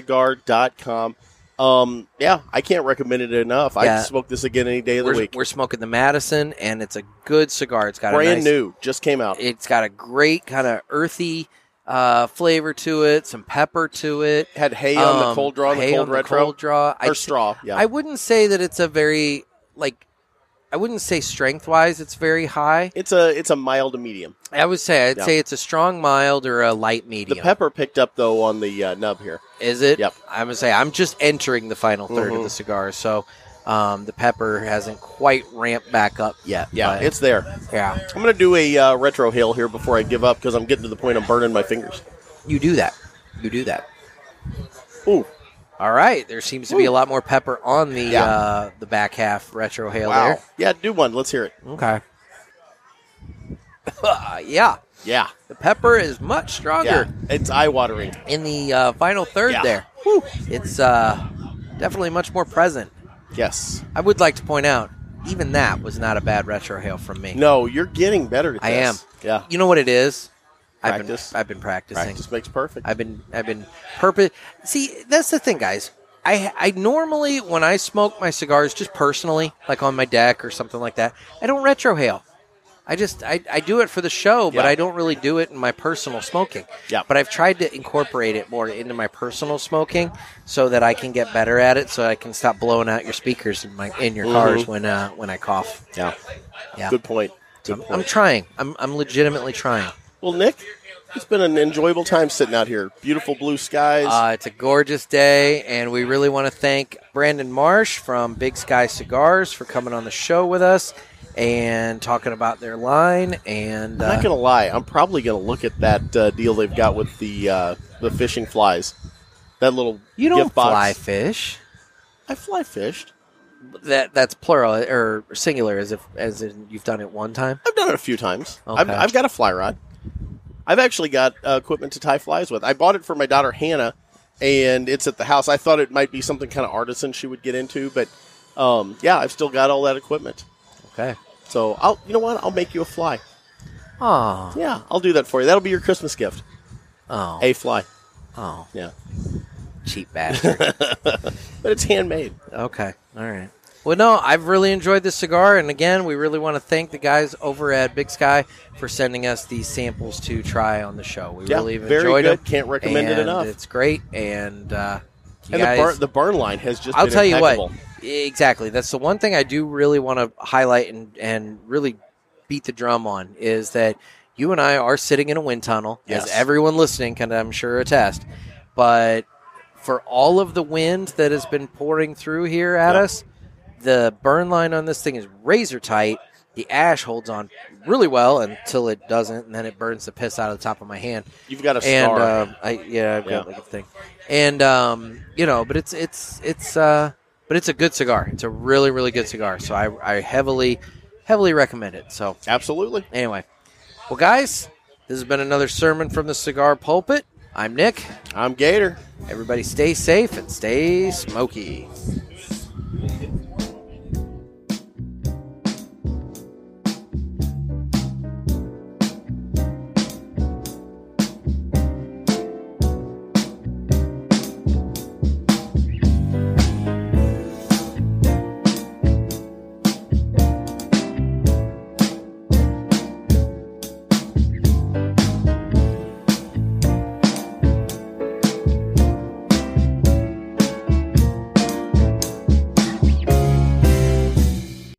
[SPEAKER 2] BigSkyCigar.com. Um, yeah, I can't recommend it enough.
[SPEAKER 1] Yeah.
[SPEAKER 2] I'd smoke this again any day of the
[SPEAKER 1] we're,
[SPEAKER 2] week.
[SPEAKER 1] we're smoking the Madison, and it's a good cigar. It's got
[SPEAKER 2] Brand
[SPEAKER 1] a nice,
[SPEAKER 2] new, just came out.
[SPEAKER 1] It's got a great kind of earthy uh, flavor to it, some pepper to it.
[SPEAKER 2] Had hay on the
[SPEAKER 1] Um,
[SPEAKER 2] cold draw, and the
[SPEAKER 1] hay
[SPEAKER 2] cold
[SPEAKER 1] on
[SPEAKER 2] retro,
[SPEAKER 1] cold draw. I,
[SPEAKER 2] or straw. Yeah,
[SPEAKER 1] I wouldn't say that it's a very like. I wouldn't say strength wise it's very high.
[SPEAKER 2] it's a it's a mild to medium.
[SPEAKER 1] I would say I'd
[SPEAKER 2] Yeah.
[SPEAKER 1] say it's a strong mild or a light medium.
[SPEAKER 2] The pepper picked up though on the uh, nub here.
[SPEAKER 1] Is it?
[SPEAKER 2] Yep.
[SPEAKER 1] I'm gonna say I'm just entering the final 3rd of
[SPEAKER 2] Mhm.
[SPEAKER 1] the cigar, so um, the pepper hasn't quite ramped back up yet.
[SPEAKER 2] Yeah,
[SPEAKER 1] but-
[SPEAKER 2] it's there.
[SPEAKER 1] yeah.
[SPEAKER 2] I'm gonna do a uh, retro hail here before I give up because I'm getting to the point I'm burning my fingers.
[SPEAKER 1] You do that. You do that.
[SPEAKER 2] Ooh,
[SPEAKER 1] All right. There seems to be a lot more pepper on the
[SPEAKER 2] Yeah.
[SPEAKER 1] uh, the back half retro hail
[SPEAKER 2] wow. Yeah, do one. Let's hear it.
[SPEAKER 1] there. Okay. yeah,
[SPEAKER 2] Yeah,
[SPEAKER 1] the pepper is much
[SPEAKER 2] yeah.
[SPEAKER 1] stronger
[SPEAKER 2] It's eye watering.
[SPEAKER 1] in the uh, final third
[SPEAKER 2] Yeah.
[SPEAKER 1] there. It's uh, definitely much more present.
[SPEAKER 2] Yes.
[SPEAKER 1] I would like to point out, even that was not a bad retro hail from me.
[SPEAKER 2] No, you're getting better at
[SPEAKER 1] I am.
[SPEAKER 2] this. Yeah.
[SPEAKER 1] You know what it is?
[SPEAKER 2] Practice.
[SPEAKER 1] I've been I've been practicing.
[SPEAKER 2] Practice makes perfect.
[SPEAKER 1] I've been I've been purpose. See, that's the thing, guys. I I normally when I smoke my cigars just personally, like on my deck or something like that, I don't retrohale. I just I, I do it for the show, but
[SPEAKER 2] Yeah.
[SPEAKER 1] I don't really do it in my personal smoking.
[SPEAKER 2] Yeah.
[SPEAKER 1] But I've tried to incorporate it more into my personal smoking so that I can get better at it, so I can stop blowing out your speakers in my in your
[SPEAKER 2] Mm-hmm.
[SPEAKER 1] cars when uh, when I cough.
[SPEAKER 2] yeah.
[SPEAKER 1] Yeah.
[SPEAKER 2] Good point. Good
[SPEAKER 1] I'm,
[SPEAKER 2] point.
[SPEAKER 1] I'm trying. I'm I'm legitimately trying.
[SPEAKER 2] well, Nick, it's been an enjoyable time sitting out here. Beautiful blue skies.
[SPEAKER 1] Uh, it's a gorgeous day, and we really want to thank Brandon Marsh from Big Sky Cigars for coming on the show with us and talking about their line. And
[SPEAKER 2] I'm not
[SPEAKER 1] uh,
[SPEAKER 2] gonna lie. I'm probably gonna look at that uh, deal they've got with the uh, the fishing flies. That little
[SPEAKER 1] you don't
[SPEAKER 2] gift box.
[SPEAKER 1] fly fish.
[SPEAKER 2] I fly fished.
[SPEAKER 1] That that's plural or singular, as if as in you've done it one time.
[SPEAKER 2] I've done it a few times. I've,
[SPEAKER 1] Okay.
[SPEAKER 2] I've got a fly rod. I've actually got uh, equipment to tie flies with. I bought it for my daughter Hannah, and it's at the house. I thought it might be something kind of artisan she would get into, but um, yeah, I've still got all that equipment.
[SPEAKER 1] Okay.
[SPEAKER 2] So I'll, you know what? I'll make you a fly.
[SPEAKER 1] Oh,
[SPEAKER 2] Yeah, I'll do that for you. That'll be your Christmas gift.
[SPEAKER 1] oh,
[SPEAKER 2] A fly.
[SPEAKER 1] oh,
[SPEAKER 2] Yeah,
[SPEAKER 1] cheap bastard.
[SPEAKER 2] but it's handmade.
[SPEAKER 1] okay, all right. Well, no, I've really enjoyed this cigar, and again, we really want to thank the guys over at Big Sky for sending us these samples to try on the show. We
[SPEAKER 2] Yeah,
[SPEAKER 1] really have
[SPEAKER 2] very
[SPEAKER 1] enjoyed
[SPEAKER 2] good.
[SPEAKER 1] them.
[SPEAKER 2] Can't recommend
[SPEAKER 1] and
[SPEAKER 2] it enough.
[SPEAKER 1] It's great, and uh, you
[SPEAKER 2] And
[SPEAKER 1] guys,
[SPEAKER 2] the, burn, the burn line has just.
[SPEAKER 1] I'll
[SPEAKER 2] been
[SPEAKER 1] tell you
[SPEAKER 2] impeccable.
[SPEAKER 1] what, exactly. That's the one thing I do really want to highlight and and really beat the drum on is that you and I are sitting in a wind tunnel,
[SPEAKER 2] Yes.
[SPEAKER 1] as everyone listening can, I'm sure, attest. But for all of the wind that has been pouring through here at
[SPEAKER 2] Yeah.
[SPEAKER 1] us, the burn line on this thing is razor tight. The ash holds on really well until it doesn't, and then it burns the piss out of the top of my hand
[SPEAKER 2] You've got a
[SPEAKER 1] and
[SPEAKER 2] star.
[SPEAKER 1] um, I yeah, I've got like a thing, and um, you know, but it's it's it's uh, but it's a good cigar. It's a really really good cigar. So I I heavily heavily recommend it. So
[SPEAKER 2] Absolutely.
[SPEAKER 1] anyway, well guys, this has been another sermon from the cigar pulpit. I'm Nick.
[SPEAKER 2] I'm Gator.
[SPEAKER 1] Everybody, stay safe and stay smoky.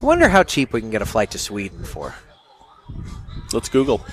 [SPEAKER 1] Wonder how cheap we can get a flight to Sweden for.
[SPEAKER 2] Let's Google.